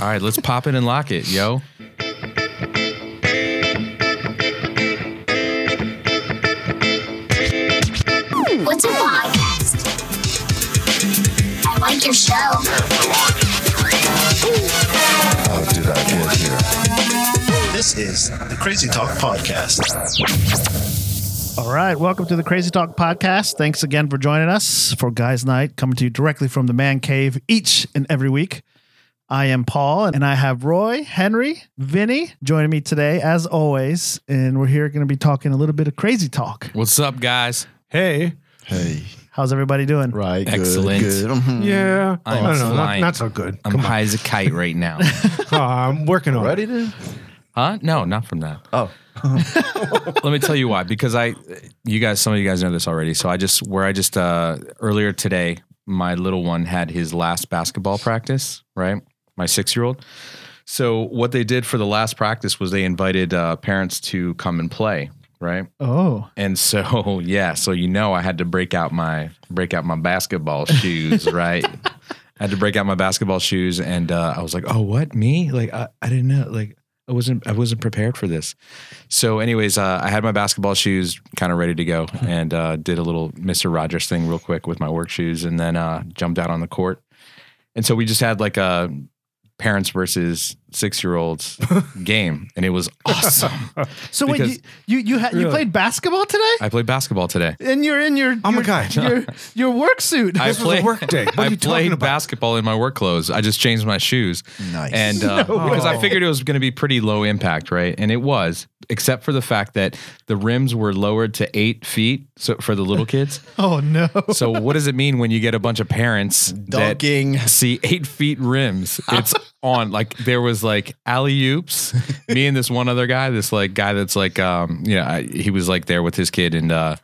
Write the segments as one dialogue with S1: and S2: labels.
S1: All right, let's pop it and lock it, yo.
S2: What's a podcast? I like your show.
S3: How did I get here?
S4: This is the Crazy Talk Podcast.
S5: All right, welcome to the Crazy Talk Podcast. Thanks again for joining us for Guys Night, coming to you directly from the Man Cave each and every week. I am Paul, and I have Roy, Henry, Vinny joining me today, as always. And we're here going to be talking a little bit of crazy talk.
S1: What's up, guys?
S6: Hey.
S3: Hey,
S5: How's everybody doing?
S3: right, good,
S1: Excellent.
S3: good.
S7: Mm-hmm.
S3: Mhm.
S6: Yeah.
S1: Mm-hmm. I'm
S6: I don't know. Not,
S1: flying.
S6: not so good.
S1: I'm
S6: Come on.
S1: high as a kite right now.
S6: Oh, I'm working on it.
S3: Ready to?
S1: huh? No, not from that.
S3: Oh,
S1: Let me tell you why. Because I, you guys, some of you guys know this already. So I just, where I just, uh, earlier today, my little one had his last basketball practice, right? My six year old. So what they did for the last practice was they invited uh, parents to come and play, right?
S5: Oh,
S1: And so, yeah, so you know, I had to break out my break out my basketball shoes, right? I had to break out my basketball shoes, and uh, I was like, "Oh, what me? Like, I, I didn't know. Like, I wasn't I wasn't prepared for this." So, anyways, uh, I had my basketball shoes kind of ready to go, and uh, did a little Mister Rogers thing real quick with my work shoes, and then uh, jumped out on the court. And so we just had like a parents versus six year olds game, and it was awesome.
S5: so wait,
S1: Because-
S5: you you you, ha- you
S6: Really?
S5: played basketball today,
S1: I played basketball today.
S5: and you're in your
S6: Oh my
S5: your,
S6: God.
S5: your your work suit.
S1: I
S6: This was
S1: play-
S6: a work day. What are
S1: I
S6: you talking
S1: played
S6: about?
S1: basketball in my work clothes. I just changed my shoes.
S3: Nice.
S1: And uh, because I
S6: way.
S1: figured it was going to be pretty low impact, right? And it was, except for the fact that the rims were lowered to eight feet so, for the little kids.
S5: oh no!
S1: so, what does it mean when you get a bunch of parents
S3: Dunking.
S1: that see eight feet rims? It's on. Like, there was like alley oops. Me and this one other guy, this like guy that's like, um, yeah, I, he was like there with his kid and, uh,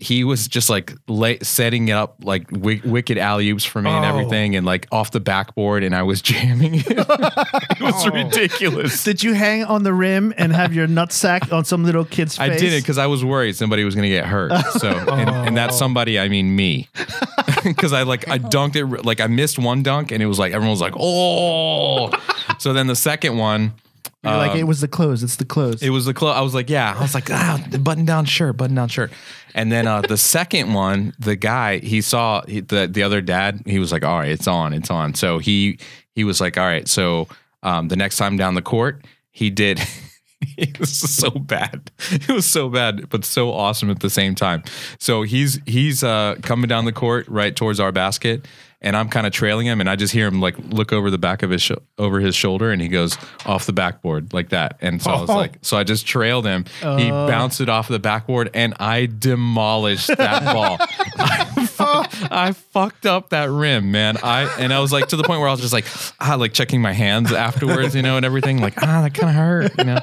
S1: he was just like la setting up like wi- wicked alley oops for me and
S6: Oh.
S1: everything, and like off the backboard, and I was jamming. it was ridiculous.
S5: Did you hang on the rim and have your nutsack on some little kid's face?
S1: I did it because I was worried somebody was going to get hurt. So, and, and that somebody, I mean me, because I like I dunked it re- like I missed one dunk, and it was like everyone was like, oh. so then the second one,
S5: You're like it um, was the clothes. It's the clothes.
S1: It was the clothes. I was like, yeah. I was like, ah, the button down shirt, button down shirt. And then uh, the second one, the guy he saw he, the the other dad, he was like, all right, it's on, it's on. So he he was like, all right. So um, the next time down the court, he did. It was so bad. It was so bad, but so awesome at the same time. So he's he's uh, coming down the court right towards our basket, and I'm kind of trailing him, and I just hear him like look over the back of his sho over his shoulder, and he goes off the backboard like that. And so I was
S6: Oh.
S1: like, so I just trailed him. he bounced it off the backboard, and I demolished that ball. I, fu- I fucked up that rim, man. I and I was like to the point where I was just like, ah, like checking my hands afterwards, you know, and everything. Like, ah, that kind of hurt, you know.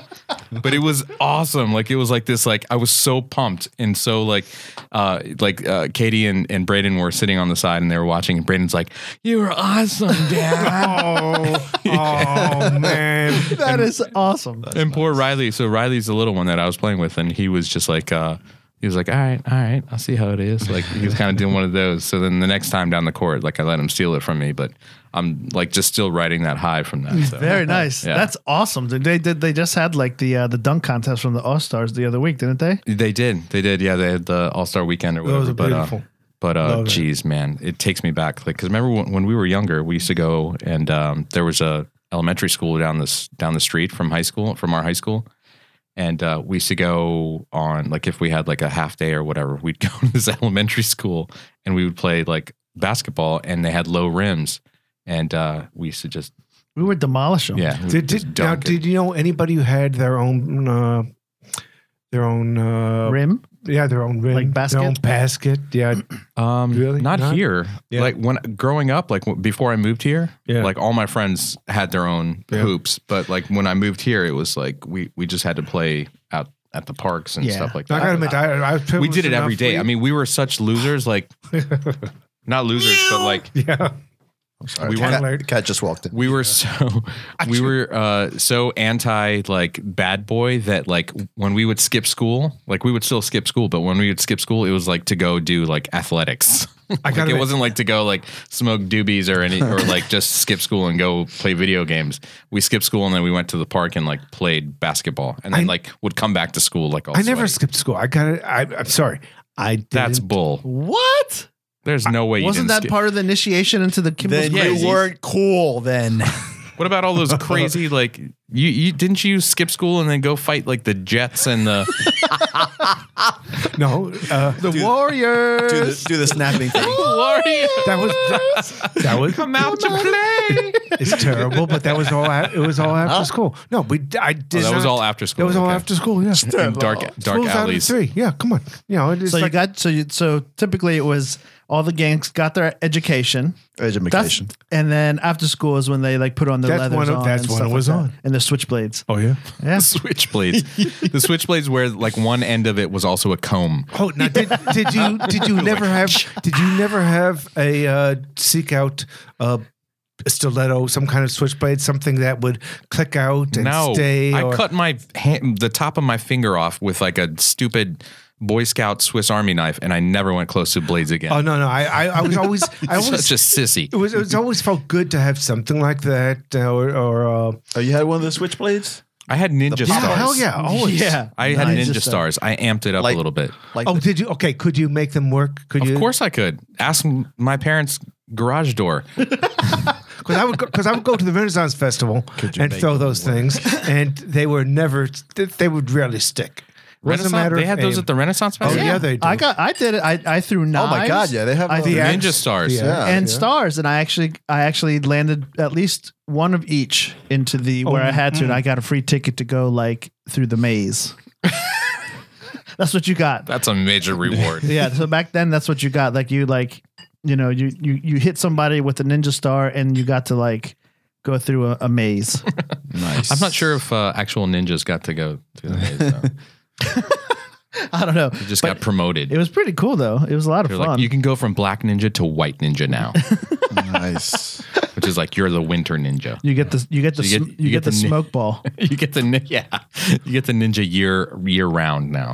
S1: But it was awesome. Like it was like this. Like I was so pumped and so like, uh, like uh, Katie and and Braden were sitting on the side and they were watching, and Braden's like, "You were awesome, Dad."
S6: Oh, oh man.
S5: That is awesome.
S1: and poor Riley. So Riley's the little one that I was playing with, and he was just like, uh, he was like, all right, all right, I'll see how it is. Like he was kind of doing one of those. So then the next time down the court, like I let him steal it from me, but I'm like just still riding that high from that. So.
S5: Very nice.
S1: Yeah.
S5: That's awesome. Did They did. They just had like the uh, the dunk contest from the All Stars the other week, didn't they?
S1: They did, they did. Yeah, they had the All Star Weekend or whatever.
S6: was
S1: but,
S6: beautiful.
S1: Uh, but uh,
S6: Love it.
S1: geez, man, it takes me back. Like, cause remember when, when we were younger, we used to go and um, there was a elementary school down this down the street from high school from our high school, and uh, we used to go on like if we had like a half day or whatever, we'd go to this elementary school and we would play like basketball, and they had low rims, and uh, we used to just
S5: We were demolish them.
S1: yeah. we
S6: Did,
S1: would just
S6: did, now,
S1: dunk it.
S6: did you know anybody who had their own uh, their own uh,
S5: Rim.
S6: yeah, their own rim,
S5: Like basket?
S6: their own basket. Yeah,
S1: Um,
S6: Really?
S1: Not,
S6: Not-
S1: here.
S6: Yeah.
S1: Like when growing up, like w- before I moved here,
S6: Yeah.
S1: like all my friends had their own
S6: Yeah.
S1: hoops. But like when I moved here, it was like we we just had to play out at the parks and
S5: Yeah.
S1: stuff like
S6: I
S1: that.
S6: gotta admit, I, I was
S1: we
S6: privileged
S1: did it every
S6: enough
S1: day.
S6: where-
S1: I mean, we were such losers. Like, not losers, but like
S6: yeah,
S1: we
S3: cat,
S1: weren't.
S6: weren't-
S3: cat just walked in.
S1: We were so we were uh, so anti like bad boy that like when we would skip school, like we would still skip school, but when we would skip school, it was like to go do like athletics.
S6: I
S1: Like
S6: got
S1: it
S6: it.
S1: wasn't like to go like smoke doobies or any or like just skip school and go play video games. We skipped school and then we went to the park and like played basketball and then
S6: I-
S1: like would come back to school like all
S6: I never
S1: sweaty.
S6: skipped school. I got it. I, I'm sorry. I did.
S1: That's bull.
S7: What?
S1: There's no way you
S5: Wasn't
S1: didn't
S5: that
S1: skip.
S5: part of the initiation into the Kimball's
S7: Then
S1: Yeah,
S5: Crazy?
S1: he's-
S7: you weren't cool then.
S1: What about all those crazy like you, you didn't you skip school and then go fight like the Jets and the
S6: no. Uh,
S5: The Warriors.
S7: do, the, do the snapping thing.
S1: Warriors?
S6: that was that, was
S1: Come out to play.
S6: it's terrible, but that was all. a- It was all after school. No, we I did.
S1: Oh, that was
S6: not-
S1: all after school.
S6: That was all
S1: okay.
S6: after school. Yeah,
S1: And dark dark
S6: School's out at
S1: alleys.
S6: three. Yeah, come on. You know, it's
S5: so you
S6: like-
S5: got so you, so typically it was all the gangs got their education. That's,
S7: Education.
S5: and then after school is when they like put on their
S6: That's
S5: leathers
S6: when-
S5: on.
S6: that's
S5: and
S6: when
S5: stuff
S6: it was
S5: like that.
S6: on.
S5: And the switchblades.
S6: oh yeah.
S5: Yeah.
S1: Switchblades. the switchblades where like one end of it was also a comb.
S6: Oh, now did, did you did you never have did you never have a uh, seek out uh, stiletto, some kind of switchblade, something that would click out and
S1: No,
S6: stay?
S1: I
S6: or-
S1: cut my hand, the top of my finger off with like a stupid Boy Scout Swiss Army knife, and I never went close to blades again.
S6: Oh no, no, I I, I was always I always
S1: Such a sissy.
S6: it was it was always felt good to have something like that uh, or, or uh,
S7: Oh, you had one of the switchblades?
S1: I had ninja
S7: Yeah,
S1: stars.
S6: hell yeah, always.
S5: Yeah.
S1: I had
S5: Nice.
S1: ninja stars. I amped it up
S7: Like-
S1: a little bit.
S7: Like
S6: Oh, did you? Okay, could you make them work? Could
S1: Of
S6: you?
S1: course I could. Ask m- my parents' garage door.
S6: because I would because I would go to the Renaissance Festival and throw those things, and they were never they would rarely stick. It wasn't a
S1: Renaissance-
S6: matter
S1: they
S6: of
S1: had those
S6: aim.
S1: at the Renaissance
S6: Oh
S1: Festival.
S6: yeah, they do.
S5: I got I did it. I, I threw knives.
S7: Oh my God, yeah, they have
S5: I
S7: a-
S5: threw
S6: The
S5: knives
S1: Ninja stars.
S6: Yeah.
S5: and
S6: yeah.
S5: stars and I actually I actually landed at least one of each into
S7: Oh,
S5: the where I had to and
S7: mm.
S5: I got a free ticket to go like through the maze. that's what you got.
S1: That's a major reward.
S5: yeah so back then that's what you got like you like you know you you, you hit somebody with a ninja star and you got to like go through a, a maze
S7: nice.
S1: I'm not sure if uh, actual ninjas got to go to the maze, though.
S5: i don't know
S1: They just
S5: But
S1: got promoted.
S5: it was pretty cool though it was a lot of
S1: They're
S5: fun
S1: like, you can go from black ninja to white ninja now,
S7: Nice.
S1: which is like you're the winter ninja.
S5: you get the you get the
S1: So you
S5: sm-
S1: get-
S5: you,
S1: you get
S5: get, the,
S1: the nin-
S5: smoke ball.
S1: You get the nin- yeah, you get the ninja year year round now.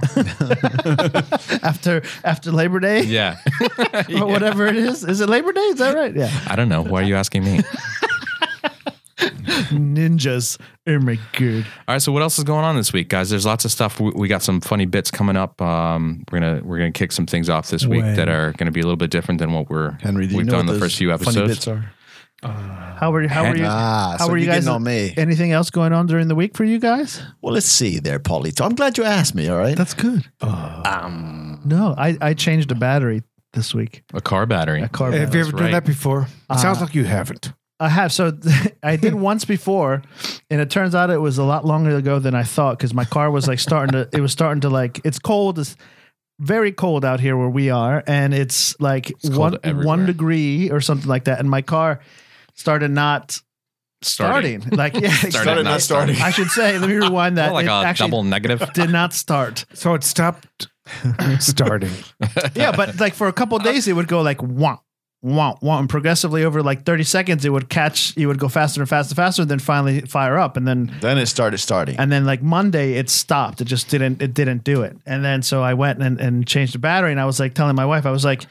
S5: after after Labor Day
S1: Yeah,
S5: or whatever it is. Is it Labor Day? Is that right? Yeah.
S1: I don't know. Why are you asking me?
S5: Ninjas. Oh my god.
S1: All right, so what else is going on this week, guys? There's lots of stuff. We, we got some funny bits coming up. Um, we're gonna we're gonna kick some things off this week
S6: When?
S1: that are gonna be a little bit different than what we're
S7: Henry, do you
S1: we've
S7: know
S1: done
S7: what
S1: the
S7: those
S1: first few
S7: Funny
S1: episodes.
S7: bits are?
S5: How were you how were you
S7: Ah,
S5: how
S7: so
S5: were you
S7: you
S5: guys
S7: getting on me.
S5: Anything else going on during the week for you guys?
S7: Well, let's see there, Paulie. So I'm glad you asked me, all right?
S5: That's good.
S1: Um,
S5: no, I, I changed a battery this week.
S1: A car battery.
S5: A car battery.
S6: Have you ever done
S1: right. Uh,
S6: that before? It sounds like you haven't.
S5: I have. So I did once before, and it turns out it was a lot longer ago than I thought because my car was like starting to. It was starting to like. It's cold. It's very cold out here where we are, and it's like
S1: cold
S5: one one
S1: everywhere.
S5: degree or something like that. And my car started not starting.
S1: Starting.
S5: Like yeah, it started-
S7: not starting.
S5: I should say. Let me rewind that.
S1: Well, like
S5: it
S1: a
S5: actually
S1: double negative.
S5: did not start.
S6: So it stopped starting.
S5: Yeah, but like for a couple
S1: Uh,
S5: of days, it would go like womp, womp, womp. And progressively over like 30 seconds, it would catch, it would go faster and faster and faster, and then finally fire up. And then,
S7: Then it started starting.
S5: and then like Monday, it stopped. It just didn't, it didn't do it. And then so I went and, and changed the battery. And I was like telling my wife, I was like,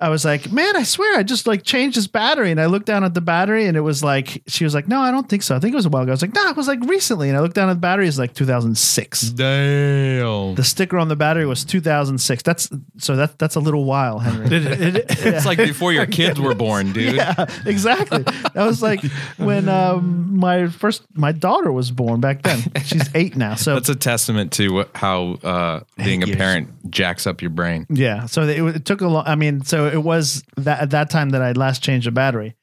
S5: I was like, man, I swear I just like changed this battery. And I looked down at the battery and it was like, she was like, no, I don't think so. I think it was a while ago. I was like, no, it was like recently. And I looked down at the battery, it's like
S1: Mm.
S5: 2006.
S1: Damn.
S5: The sticker on the battery was 2006. That's so that that's a little while, Henry.
S1: It's like before your kids were born, dude.
S5: Yeah, exactly. That was like when um, my first my daughter was born back then. She's eight now. So
S1: That's a testament to wh- how uh, being a parent jacks up your brain.
S5: yeah, so it, it took a long. I mean, so it was that at that time that I last changed the battery,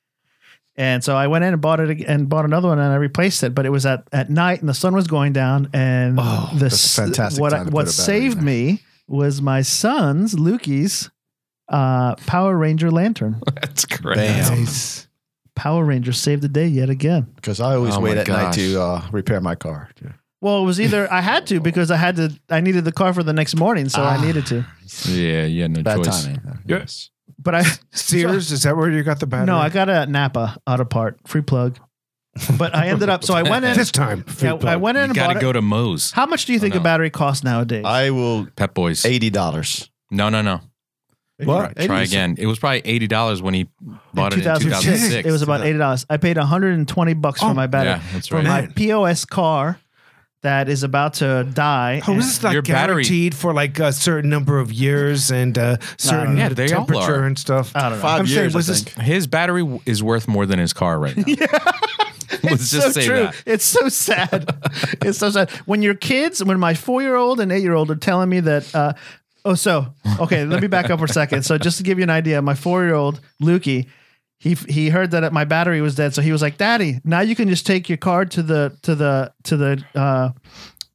S5: and so I went in and bought it ag- and bought another one and I replaced it. But it was at at night and the sun was going down and
S6: Oh,
S5: the
S7: that's a
S5: s-
S7: fantastic
S5: What
S7: time
S5: I-
S7: to put
S5: what
S7: a battery
S5: saved
S7: in
S5: me was my son's Lukey's uh, Power Ranger lantern.
S1: That's great.
S7: Bam.
S6: Nice.
S5: Power Ranger saved the day yet again.
S7: Because I always
S1: Oh
S7: wait
S1: my
S7: at night
S1: gosh.
S7: to uh, repair my car.
S5: Well, it was either I had to because I had to. I needed the car for the next morning, so
S7: Ah.
S5: I needed to.
S1: Yeah, yeah, no
S7: Bad
S1: choice.
S7: timing.
S6: Yes.
S5: But I
S6: Sears, is that where you got the battery?
S5: no, I got a Napa auto part free plug. But I ended up. So I went in.
S6: this time.
S5: I, I went in
S1: You
S5: and
S1: got
S5: bought
S1: to
S5: it.
S1: go to Moe's.
S5: How much do you think
S1: no.
S5: a battery costs nowadays?
S7: I will
S1: Pep Boys.
S7: eighty dollars.
S1: No, no, no.
S6: What?
S1: Try again. It was probably eighty dollars when he bought it in two thousand
S5: 2006.
S1: six. Oh,
S5: It was about eighty dollars. I paid one hundred and twenty bucks for my battery
S1: yeah, that's
S5: for
S1: right.
S5: my
S6: Man.
S5: POS car that is about to die.
S6: Oh,
S5: and-
S6: this is like
S1: Your battery-
S6: guaranteed for like a certain number of years and uh, certain
S1: Yeah, they all
S6: temperature
S1: are.
S6: and stuff.
S5: I don't know.
S7: Five
S6: I'm saying,
S7: years,
S6: was
S7: I
S6: this-
S7: think.
S1: His battery w- is worth more than his car right now. Let's just say that.
S5: It's so sad. it's so sad. When your kids, when my four year old and eight year old are telling me that, uh, oh, so, okay, let me back up for a second. So, just to give you an idea, my four year old, Lukey, he, he heard that my battery was dead, so he was like, "Daddy, now you can just take your car to the to the to the uh,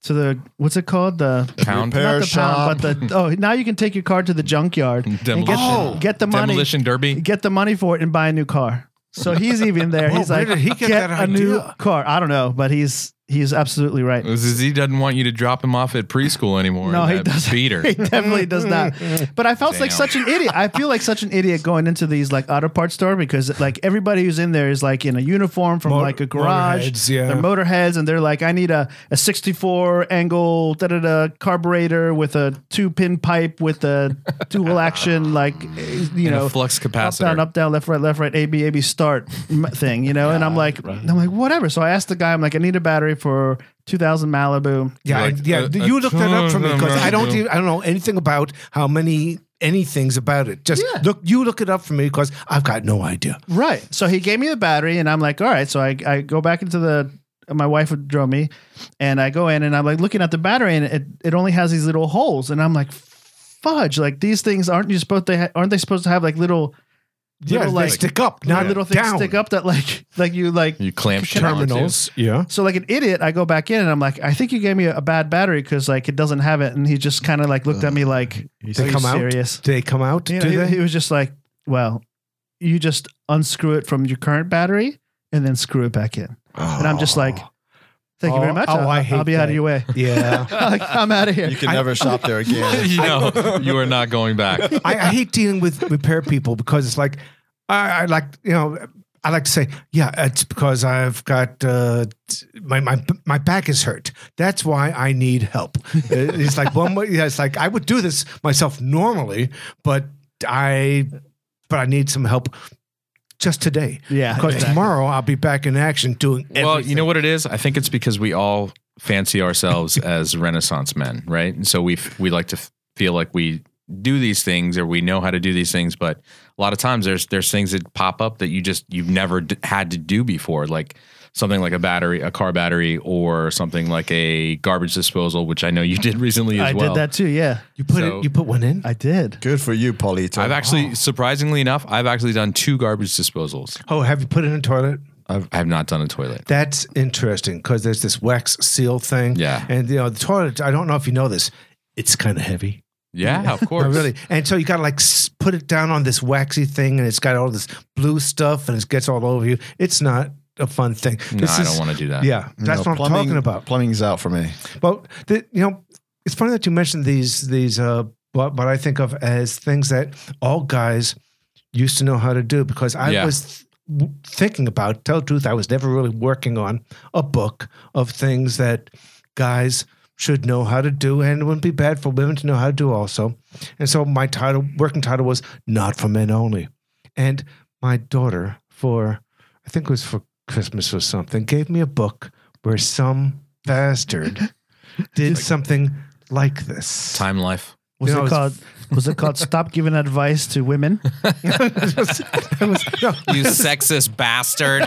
S5: to the what's it called the
S1: Pound.
S7: Repair
S5: not the
S7: shop.
S5: pound, but the oh now you can take your car to the junkyard and get,
S1: Demolition. Oh.
S5: get the money
S1: Demolition Derby.
S5: get the money for it and buy a new car. So he's even there.
S6: Whoa,
S5: he's
S6: Oh, where
S5: like,
S6: did he
S5: get,
S6: get
S5: a
S6: that
S5: new
S6: idea?"
S5: car. I don't know, but he's he's absolutely right.
S1: Z doesn't want you to drop him off at preschool anymore.
S5: No,
S1: in
S5: he
S1: that
S5: doesn't.
S1: Beater.
S5: He definitely does not. But I felt like
S1: Damn.
S5: such an idiot. I feel like such an idiot going into these like auto parts store because like everybody who's in there is like in a uniform from
S6: Mo-
S5: like a garage.
S6: motorheads, yeah.
S5: They're motorheads and they're like, I need a, a 64 angle da da da carburetor with a two pin pipe with a dual action like you
S1: And a
S5: know
S1: flux
S5: up down
S1: capacitor.
S5: up down left right left right A B A B start m- thing you know. and I'm like I'm like whatever. So I asked the guy I'm like I need a battery for 2000 Malibu.
S6: Yeah,
S1: Like,
S6: I- yeah.
S1: uh,
S6: you
S1: a
S6: looked that up for me because I don't.
S1: ton of-
S6: Even, I don't know anything about how many anything's about it. Just
S5: Yeah.
S6: look. You look it up for me because I've got no idea.
S5: Right. So he gave me the battery, and I'm like, all right. So I, I go back into the my wife would drove me, and I go in, and I'm like looking at the battery, and it, it only has these little holes, and I'm like, fudge! Like these things aren't you supposed to ha- aren't they supposed to have like little
S6: Yeah,
S5: Little,
S6: they
S5: like-
S6: stick up, not
S5: little things
S6: down.
S5: stick up that like like you like
S1: You clamp shit onto.
S6: terminals. Yeah.
S5: so like an idiot, I go back in and I'm like, I think you gave me a, a bad battery because like it doesn't have it, and he just kind of like looked at me like,
S6: They
S5: are you
S6: come out.
S5: serious?
S6: Do they come out?
S5: You know,
S6: do
S5: he,
S6: they?
S5: he was just like, well, you just unscrew it from your current battery and then screw it back in. And I'm just like, thank you very
S6: Oh,
S5: much.
S6: oh,
S5: I'll,
S6: I
S5: I'll
S6: hate
S5: be out of
S6: that.
S5: your way.
S6: yeah.
S5: Like, I'm out of here.
S7: You can never shop there again.
S1: You know, you are not going back.
S6: I, I hate dealing with repair people because it's like I, I like you know I like to say yeah it's because I've got uh, t- my my my back is hurt that's why I need help. It- it's like one way yeah, it's like I would do this myself normally but I but I need some help just today
S5: Yeah,
S6: because
S5: Uh, exactly.
S6: tomorrow I'll be back in action doing everything.
S1: Well, you know what it is? I think it's because we all fancy ourselves as Renaissance men, right? And so we f- we like to f- feel like we do these things or we know how to do these things, but a lot of times there's there's things that pop up that you just you've never d- had to do before, like something like a battery, a car battery, or something like a garbage disposal, which I know you did recently as
S5: I
S1: well.
S5: did that too. Yeah,
S6: you put
S1: so-
S6: it, you put one in
S5: I did.
S7: Good for you, Paulito.
S1: I've
S5: Oh.
S1: actually, surprisingly enough, I've actually done two garbage disposals.
S6: oh have you put it in a toilet
S1: I have not done a toilet.
S6: That's interesting because there's this wax seal thing.
S1: Yeah.
S6: And, you know, the toilet, I don't know if you know this, it's kind of heavy.
S1: Yeah, of course.
S6: Oh, really. And so you got to like s- put it down on this waxy thing and it's got all this blue stuff and it gets all over you. It's not a fun thing.
S1: No,
S6: This
S1: I don't
S6: is-
S1: want to do that.
S6: Yeah.
S7: You
S6: That's
S7: know,
S6: what I'm talking about.
S7: oh, Plumbing's out for me.
S6: Well, the, you know, it's funny that you mentioned these these uh, what what I think of as things that all guys used to know how to do because I
S1: Yeah.
S6: was w- thinking about. Tell the truth, I was never really working on a book of things that guys should know how to do, and it wouldn't be bad for women to know how to do also. And so my title, working title, was "Not for Men Only," and my daughter for I think it was for Christmas or something, gave me a book where some bastard did something like this.
S1: Time life.
S5: Was
S6: You know,
S5: it
S6: it's-
S5: called? Was it called? Stop giving advice to women.
S6: It was- it was- no,
S1: You sexist bastard.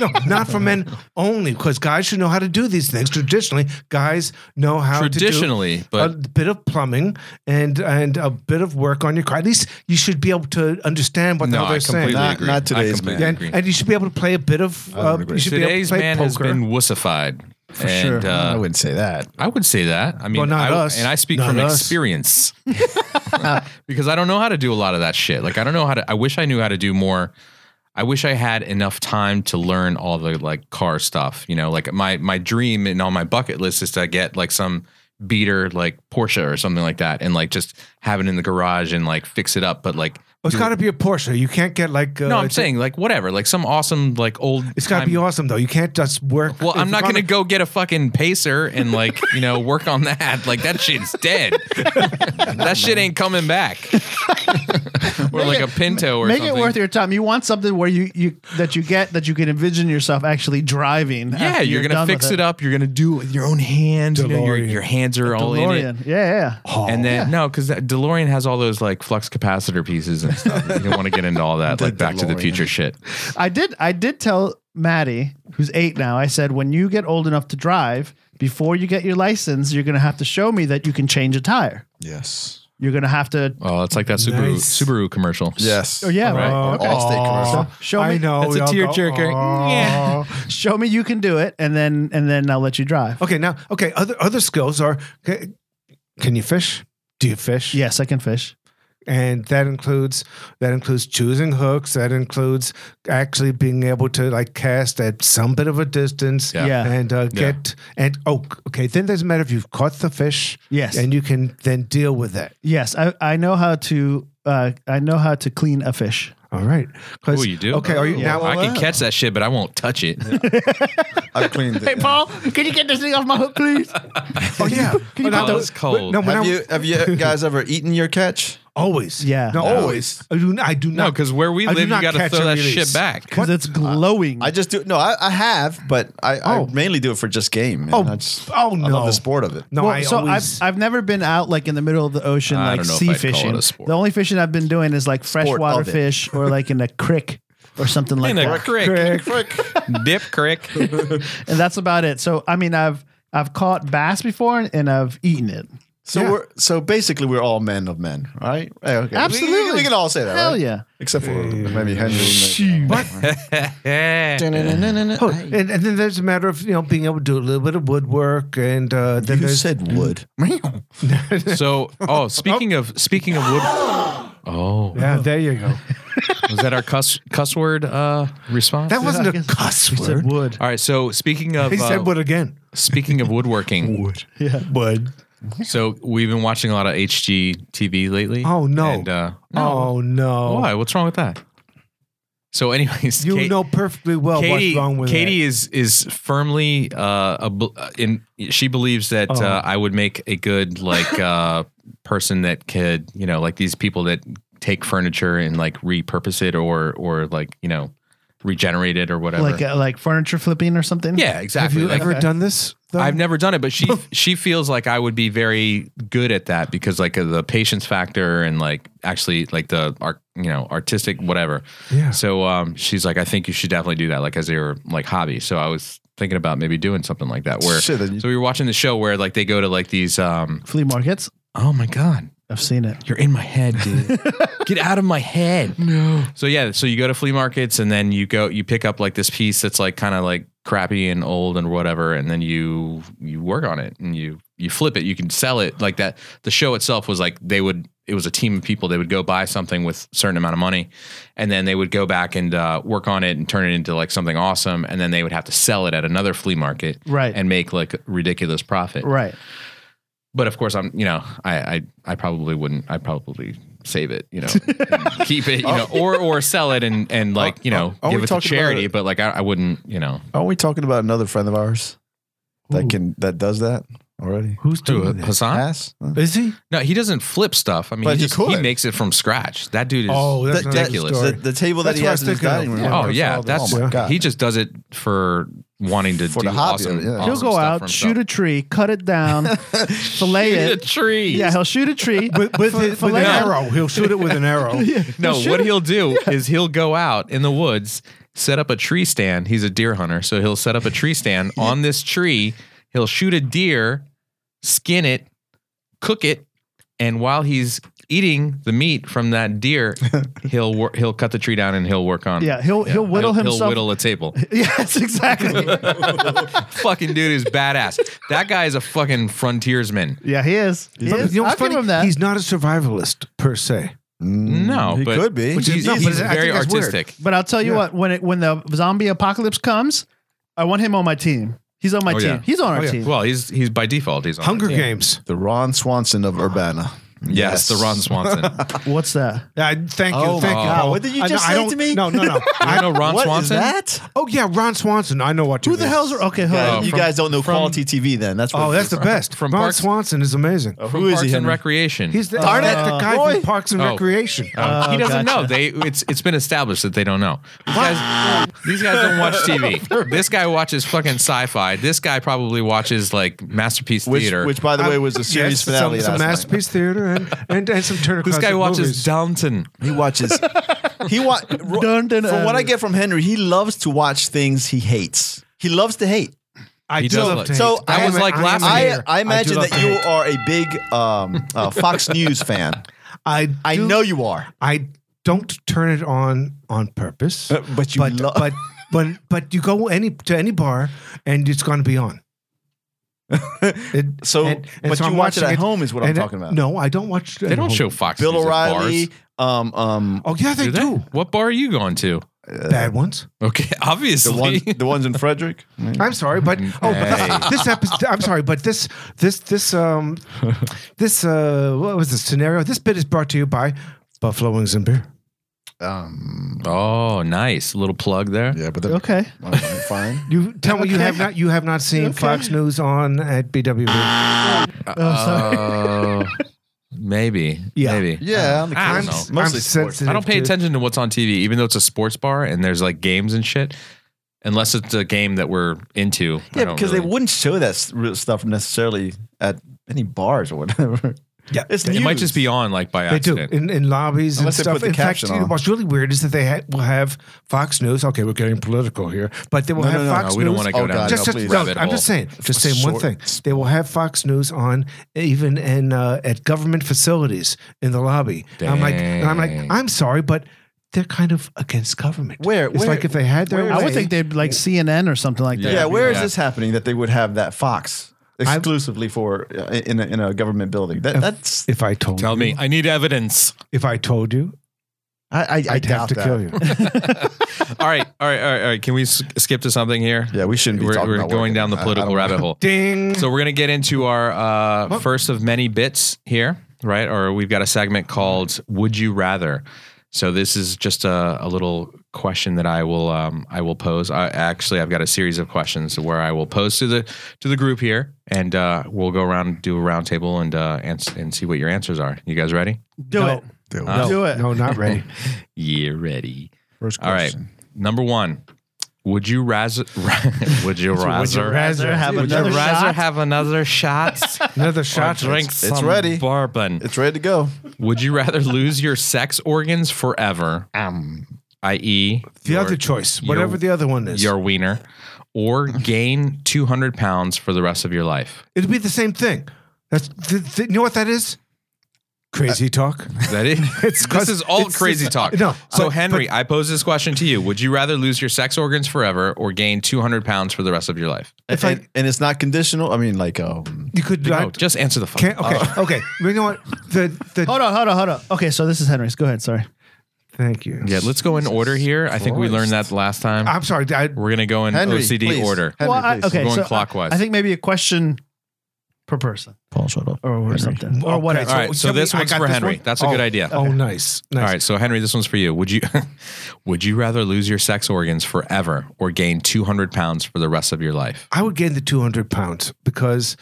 S6: no, not for men only, because guys should know how to do these things. Traditionally, guys know how
S1: Traditionally,
S6: to do Uh,
S1: but-
S6: a bit of plumbing and and a bit of work on your car. At least you should be able to understand what the
S1: No,
S6: hell
S1: I
S6: they're
S1: completely
S6: saying.
S7: Not-
S1: agree.
S7: not
S1: I
S7: today's
S1: completely
S6: and,
S1: agree.
S6: and you should be able to play a bit of. Uh,
S7: agree.
S6: you should
S1: Today's
S6: be able to play
S1: man
S6: poker.
S1: has been wussified. and,
S5: sure.
S7: I
S1: Uh,
S7: wouldn't say that.
S1: I would say that. I mean,
S6: Well, not
S1: I,
S6: us.
S1: and I speak
S6: Not
S1: from
S6: us.
S1: experience because I don't know how to do a lot of that shit. Like, I don't know how to, I wish I knew how to do more. I wish I had enough time to learn all the like car stuff, you know, like my, my dream and on my bucket list is to get like some beater, like Porsche or something like that. And like just have it in the garage and like fix it up. But like,
S6: it's got to be a Porsche. You can't get like. Uh,
S1: No, I'm
S6: it's-
S1: saying like whatever, like some awesome like old.
S6: It's got to
S1: time-
S6: be awesome though. You can't just work.
S1: Well,
S6: if
S1: I'm not
S6: you're
S1: gonna go get a fucking pacer and like you know work on that. Like that shit's dead. that shit ain't coming back. or like a Pinto or
S5: Make
S1: something.
S5: it worth your time. You want something where you, you that you get that you can envision yourself actually driving.
S1: yeah,
S5: after
S1: you're, gonna
S5: done
S1: fix
S5: with
S1: it. up. You're gonna do it with your own hands. You know, your,
S6: DeLorean.
S1: your hands are all in it.
S5: DeLorean. Yeah, yeah.
S1: and then no, because DeLorean has all those like flux capacitor pieces and stuff. you don't want to get into all that like Back to the
S7: DeLorean.
S1: Future shit.
S5: I did. I did tell Maddie, who's eight now. I said, when you get old enough to drive, before you get your license, you're gonna have to show me that you can change a tire.
S7: Yes.
S5: You're gonna have to.
S1: Oh, it's like that Subaru
S6: Nice.
S1: Subaru commercial.
S7: Yes.
S5: Oh yeah, right.
S6: Oh,
S7: Allstate commercial.
S5: Show me.
S6: I know.
S1: That's a
S6: we all Oh, go,
S1: tearjerker.
S5: Oh.
S6: "Aw."
S5: Show me you can do it, and then and then I'll let you drive.
S6: Okay, now okay. Other other skills are: okay, can you fish? Do you fish?
S5: Yes, I can fish.
S6: and that includes that includes choosing hooks. That includes actually being able to like cast at some bit of a distance.
S1: Yeah.
S5: Yeah.
S6: and uh, get and oh, okay. Then doesn't matter if you've caught the fish.
S5: Yes.
S6: and you can then deal with that.
S5: Yes, I, I know how to. Uh, I know how to clean a fish.
S6: All right. 'Cause-
S1: Oh, you do?
S6: Okay. Are you now?
S1: I can catch that shit, but I won't touch it.
S7: I've cleaned it. yeah.
S5: can you get this thing off my hook, please?
S6: Oh yeah. But now-
S1: that was cold.
S6: No, when
S7: Have
S6: I-
S7: you have you guys ever eaten your catch?
S6: always.
S5: Yeah.
S6: No,
S7: No.
S6: always. I do. I do
S1: No,
S6: not.
S1: because where we
S6: I do
S1: live, you
S6: not
S1: got to
S6: catch
S1: throw
S6: and
S1: that
S6: release.
S1: shit back.
S5: Because it's glowing.
S7: I just do no, I, I have, but I,
S6: Oh.
S7: I mainly do it for just game. and
S6: Oh,
S7: I just-
S6: oh,
S7: I
S6: no.
S7: love the sport of it.
S6: no,
S5: Well,
S6: I
S5: so
S6: always.
S5: I've I've never been out like in the middle of the ocean
S1: I
S5: like
S1: don't know if
S5: sea
S1: I'd call it
S5: fishing.
S1: a sport.
S5: The only fishing I've been doing is like freshwater
S7: of it.
S5: fish or like in a creek or something like
S1: In a
S5: that.
S1: crick, dip crick.
S5: And that's about it. So I mean I've I've caught bass before and, and I've eaten it.
S7: So
S6: Yeah.
S7: we're so basically we're all men of men, all right? Hey, okay. We-
S5: Absolutely.
S7: we, can all say that.
S5: Hell
S7: right?
S5: yeah.
S7: except for maybe Henry.
S5: Shoot.
S1: Eh.
S6: Oh, and, and then there's a matter of you know being able to do a little bit of woodwork, and uh, then
S7: You
S6: there's
S7: said wood.
S1: so, oh, speaking of speaking of wood. Oh,
S6: yeah, there you go.
S1: was that our cuss cuss word uh, response?
S6: That wasn't
S5: I
S6: a
S5: guess-
S6: cuss
S5: He said
S6: word.
S5: wood.
S1: All right. So speaking of
S6: He
S1: uh,
S6: said wood again.
S1: speaking of woodworking,
S6: Wood. Yeah. Wood.
S1: so we've been watching a lot of HGTV lately.
S6: Oh no.
S1: And, uh,
S6: Oh no.
S1: Why? What's wrong with that? So, anyways,
S6: You
S1: Kate-
S6: know perfectly well
S1: Katie,
S6: Oh, what's wrong with
S1: Katie is is firmly uh ab- in she believes that
S6: Oh.
S1: uh, I would make a good like uh person that could you know like these people that take furniture and like repurpose it or or like you know regenerate it or whatever.
S5: Like uh, like furniture flipping or something.
S1: yeah,
S6: that. Have
S1: exactly.
S6: you
S1: Like,
S6: ever done this? though?
S1: I've never done it, but she she feels like I would be very good at that because like of the patience factor and like actually like the art you know artistic whatever.
S6: Yeah.
S1: So um, she's like, I think you should definitely do that, like as your like hobby. So I was thinking about maybe doing something like that. Where
S7: Shit, then you-
S1: so we were watching the show where like they go to like these. um
S5: Flea markets.
S1: Oh my god,
S5: I've seen it.
S1: you're in my head, dude. Get out of my head. No. So yeah, so you go to flea markets and then you go you pick up like this piece that's like kind of like crappy and old and whatever and then you you work on it and you you flip it, you can sell it like that. The show itself was like they would it was a team of people they would go buy something with certain amount of money and then they would go back and uh, work on it and turn it into like something awesome and then they would have to sell it at another flea market
S5: Right.
S1: and make like ridiculous profit
S5: Right.
S1: but of course I'm you know I I, I probably wouldn't I probably save it you know and keep it you know
S7: Oh.
S1: or or sell it and and like you know
S7: are Oh, we
S1: give it to
S7: talking
S1: charity
S7: about-
S1: but like I, I wouldn't you know
S7: Aren't we talking about another friend of ours that can that does that already?
S6: Who's doing this?
S1: Hassan
S7: Ass? Huh?
S6: Is he?
S1: no he doesn't flip stuff I mean
S7: But
S1: he,
S7: he
S1: just, he
S7: could.
S1: makes it from scratch that dude is
S6: Oh,
S7: That-
S6: that's another
S1: ridiculous.
S6: story.
S7: The, the table that
S6: That's
S7: he
S6: what I
S7: has in
S6: was
S7: his dining
S6: thinking of.
S7: room.
S6: Yeah.
S1: oh yeah that's
S7: my God.
S1: he just does it for wanting to
S7: For
S1: do
S7: the hobby
S1: awesome,
S7: of it, yeah.
S1: awesome
S5: He'll go
S1: stuff
S5: out, shoot a tree, cut it down, fillet
S1: a
S5: it.
S1: tree
S5: Yeah, he'll shoot a tree.
S6: With, with,
S5: fi-
S6: his, with
S5: fillet
S6: an
S5: it.
S6: arrow. He'll shoot it with an arrow.
S1: No,
S5: He'll shoot
S1: what
S5: it.
S1: he'll do is he'll go out in the woods, set up a tree stand. He's a deer hunter, so he'll set up a tree stand on this tree. He'll shoot a deer, skin it, cook it, and while he's eating the meat from that deer, he'll wor- he'll cut the tree down and he'll work on.
S5: Yeah, he'll he'll whittle
S1: he'll,
S5: himself.
S1: He'll whittle a table.
S5: Yes, exactly.
S1: fucking dude is badass. That guy is a fucking frontiersman.
S5: yeah, he is. He
S6: But
S5: is.
S6: you know what's
S5: I'll give
S6: funny?
S5: him that.
S6: He's not a survivalist per se.
S1: No,
S8: Mm,
S9: Mm,
S7: he
S1: but
S7: could be.
S1: He's,
S6: no, but
S1: he's
S6: I think
S1: very
S6: that's weird.
S1: artistic.
S5: but I'll tell you what, when it when the zombie apocalypse comes, I want him on my team. He's on my
S1: Oh,
S5: team.
S1: yeah.
S5: He's on our
S6: yeah.
S5: team.
S1: Well, he's he's by default. He's on
S6: Hunger
S1: the team.
S6: Games.
S7: The Ron Swanson of Urbana.
S1: Yes, the Ron Swanson.
S5: What's that?
S6: I thank you.
S1: Oh,
S6: thank
S1: my
S6: you.
S1: God.
S6: Paul.
S9: What did you
S6: I-
S9: just
S6: I
S9: say
S6: don't-
S9: to me?
S6: No, no, no.
S1: I know Ron
S9: What is
S1: Swanson.
S9: that?
S6: oh yeah, Ron Swanson. I know what you.
S5: Who the hell's okay? Who,
S9: Yeah,
S1: Oh,
S9: you
S1: from-
S9: guys don't know
S1: from-
S9: quality TV then. That's what
S6: Oh, that's the best.
S1: From
S6: Ron
S1: Parks-
S6: Swanson is amazing.
S9: Oh,
S1: From
S9: who is
S1: Parks
S9: he?
S1: and
S9: Henry?
S1: Recreation.
S6: He's the,
S9: Darn it,
S6: that's the guy
S9: Roy.
S6: from Parks and
S1: Oh.
S6: Recreation.
S9: Uh,
S1: Oh, he doesn't
S5: gotcha.
S1: know. They it's it's been established that they don't know. These guys, these guys don't watch TV. This guy watches fucking sci-fi. This guy probably watches like masterpiece
S9: which,
S1: theater.
S9: which, by the way, was a series
S6: Uh, yes,
S9: finale
S6: Some,
S9: last
S6: some
S9: night.
S6: masterpiece theater and, and, and some Turner.
S1: this guy
S6: Classic
S1: watches
S6: movies.
S1: Downton.
S9: He watches. he wa- Ro-
S5: Dun, dun,
S9: From what
S5: uh,
S9: I get from Henry, he loves to watch things he hates. He loves to hate.
S6: I
S1: He
S6: do
S1: does
S6: love
S1: love
S6: to
S1: to
S9: So
S6: hate.
S9: I
S1: was
S6: am a-
S1: like
S6: am a
S1: laughing.
S9: I,
S6: hater.
S9: I imagine
S6: do love
S9: that
S6: to
S9: you
S6: hate.
S9: are a big um, uh, Fox News fan.
S6: I
S9: I
S6: do-
S9: know you are.
S6: I don't turn it on on purpose.
S9: But you
S6: but
S9: love.
S6: but but but you go any to any bar and it's going to be on. It-
S9: So,
S6: and- and
S9: but
S6: so
S9: you
S6: I'm
S9: watch it
S6: watching
S9: at home, is what I'm
S6: and, uh,
S9: talking about.
S6: No, I don't watch.
S1: They don't show Fox.
S9: Bill
S1: News at
S9: O'Reilly. Um, um,
S6: Oh yeah,
S1: Bars.
S6: they
S1: do, they?
S6: do.
S1: What bar are you going to?
S9: Uh,
S6: Bad ones.
S1: Okay,
S9: the
S1: obviously.
S9: ones, the ones in Frederick.
S6: I'm sorry, but oh, but this episode. I'm sorry, but this this this um this uh what was the scenario? This bit is brought to you by Buffalo Wings and Beer.
S7: Um,
S1: oh, nice little plug there.
S7: yeah, but they're
S5: Okay.
S7: Well, fine.
S6: You tell me you
S5: Okay.
S6: have not you have not seen
S5: Okay.
S6: Fox News on at BW.
S9: Oh,
S1: Uh, maybe.
S6: Yeah.
S1: Maybe.
S7: Yeah, on the
S1: I don't
S7: couch.
S6: I'm,
S1: know.
S6: I'm
S9: Mostly sports.
S6: sensitive
S1: I don't pay
S6: to-
S1: attention to what's on TV, even though it's a sports bar and there's like games and shit. Unless it's a game that we're into. I
S9: Yeah,
S1: don't
S9: because they
S1: really-
S9: wouldn't show that s- real stuff necessarily at any bars or whatever.
S6: Yeah.
S9: it's
S1: It might
S9: news.
S1: just be on like by
S6: They do
S1: accident.
S6: in, in lobbies
S7: Unless they
S6: and stuff.
S7: put the
S6: in fact,
S7: caption
S6: you know,
S7: on.
S6: what's really weird is that they ha- will have Fox News. Okay, we're getting political here, but they will
S7: No,
S6: have
S7: no, no,
S6: Fox
S1: no, we don't
S6: News.
S1: wanna go
S7: Oh,
S1: down
S7: God,
S1: that
S6: just,
S7: no,
S6: just-
S7: please.
S6: no,
S1: rabbit
S6: I'm
S1: hole.
S6: just saying. Just saying one
S7: Short-
S6: thing. They will have Fox News on even in uh, at government facilities in the lobby. And I'm like, and I'm like,
S1: Dang.
S6: I'm sorry, but they're kind of against government.
S9: Where-
S6: it's
S9: where-
S6: like if they had their
S9: where-
S5: I
S6: way,
S5: would think they'd like CNN or something like that.
S9: Yeah, where is
S1: Yeah.
S9: this happening that they would have that Fox exclusively for uh, in a, in a government building? That, that's
S6: if I told
S1: Tell
S6: you,
S1: me. I need evidence.
S6: if I told you,
S9: I I, I
S6: I'd
S9: doubt
S6: have to
S9: that.
S6: kill you.
S1: all right, all right, all right, all right. Can we s- skip to something here?
S7: Yeah, we shouldn't be
S1: We're,
S7: talking
S1: we're
S7: about
S1: going
S7: working.
S1: down the
S7: I- I
S1: political
S7: don't-
S1: rabbit hole.
S6: Ding.
S1: So we're gonna get into our uh, first of many bits here, right? Or we've got a segment called "Would You Rather." So this is just a, a little question that I will um, I will pose. I, actually, I've got a series of questions where I will pose to the to the group here, and uh, we'll go around and do a round table and uh, ans- and see what your answers are. You guys ready?
S5: Do
S6: No.
S5: it.
S7: Do it.
S5: Do it.
S6: No, not ready.
S1: Yeah, ready.
S7: First
S1: All right.
S7: question.
S1: Number one, would you rather? would you rather?
S5: Rather have
S1: Would you
S5: another
S1: rather
S5: shot?
S1: have another shot?
S6: Another
S1: or
S6: shot.
S1: drink
S7: It's-
S1: some
S7: it's ready.
S1: bourbon.
S7: It's ready to go.
S1: Would you rather lose your sex organs forever,
S7: Um,
S1: i.e.,
S6: The
S1: your,
S6: other choice,
S1: your-
S6: whatever the other one is,
S1: your wiener, or gain 200 pounds for the rest of your life?
S6: it'd be the same thing. That's th- th- you know what that is. Crazy talk.
S1: That is, this
S6: 'cause
S1: is all
S6: it's-
S1: crazy talk.
S6: No,
S1: so,
S6: but-
S1: Henry, I pose this question to you Would you rather lose your sex organs forever or gain 200 pounds for the rest of your life?
S6: If
S7: and,
S6: I-
S7: and it's not conditional. I mean, like, um,
S6: You could
S1: No,
S6: not.
S1: Oh, just answer the fucking
S6: can't, okay, okay. You know what? The the.
S5: Oh. Hold on, hold on, hold on. Okay, so this is Henry's. Go ahead. Sorry.
S6: Thank you.
S1: Yeah, let's go in order here. I think we learned that last time.
S6: I'm sorry. I,
S1: We're gonna go in
S7: Henry,
S1: OCD
S7: please.
S1: order.
S7: Henry,
S5: well, I,
S7: please.
S5: okay,
S1: We're going
S5: so I-
S1: clockwise.
S5: I, think maybe a question per person
S7: Paul, shut up.
S5: or, or something or
S6: okay,
S5: whatever.
S1: All right, so
S6: tell me-
S1: this
S6: I
S1: one's
S6: got
S1: for Henry.
S6: one?
S1: That's a
S6: Oh,
S1: good idea.
S6: Oh, nice. nice.
S1: All right, so Henry, this one's for you. Would you would you rather lose your sex organs forever or gain 200 pounds for the rest of your life?
S6: I would gain the 200 pounds because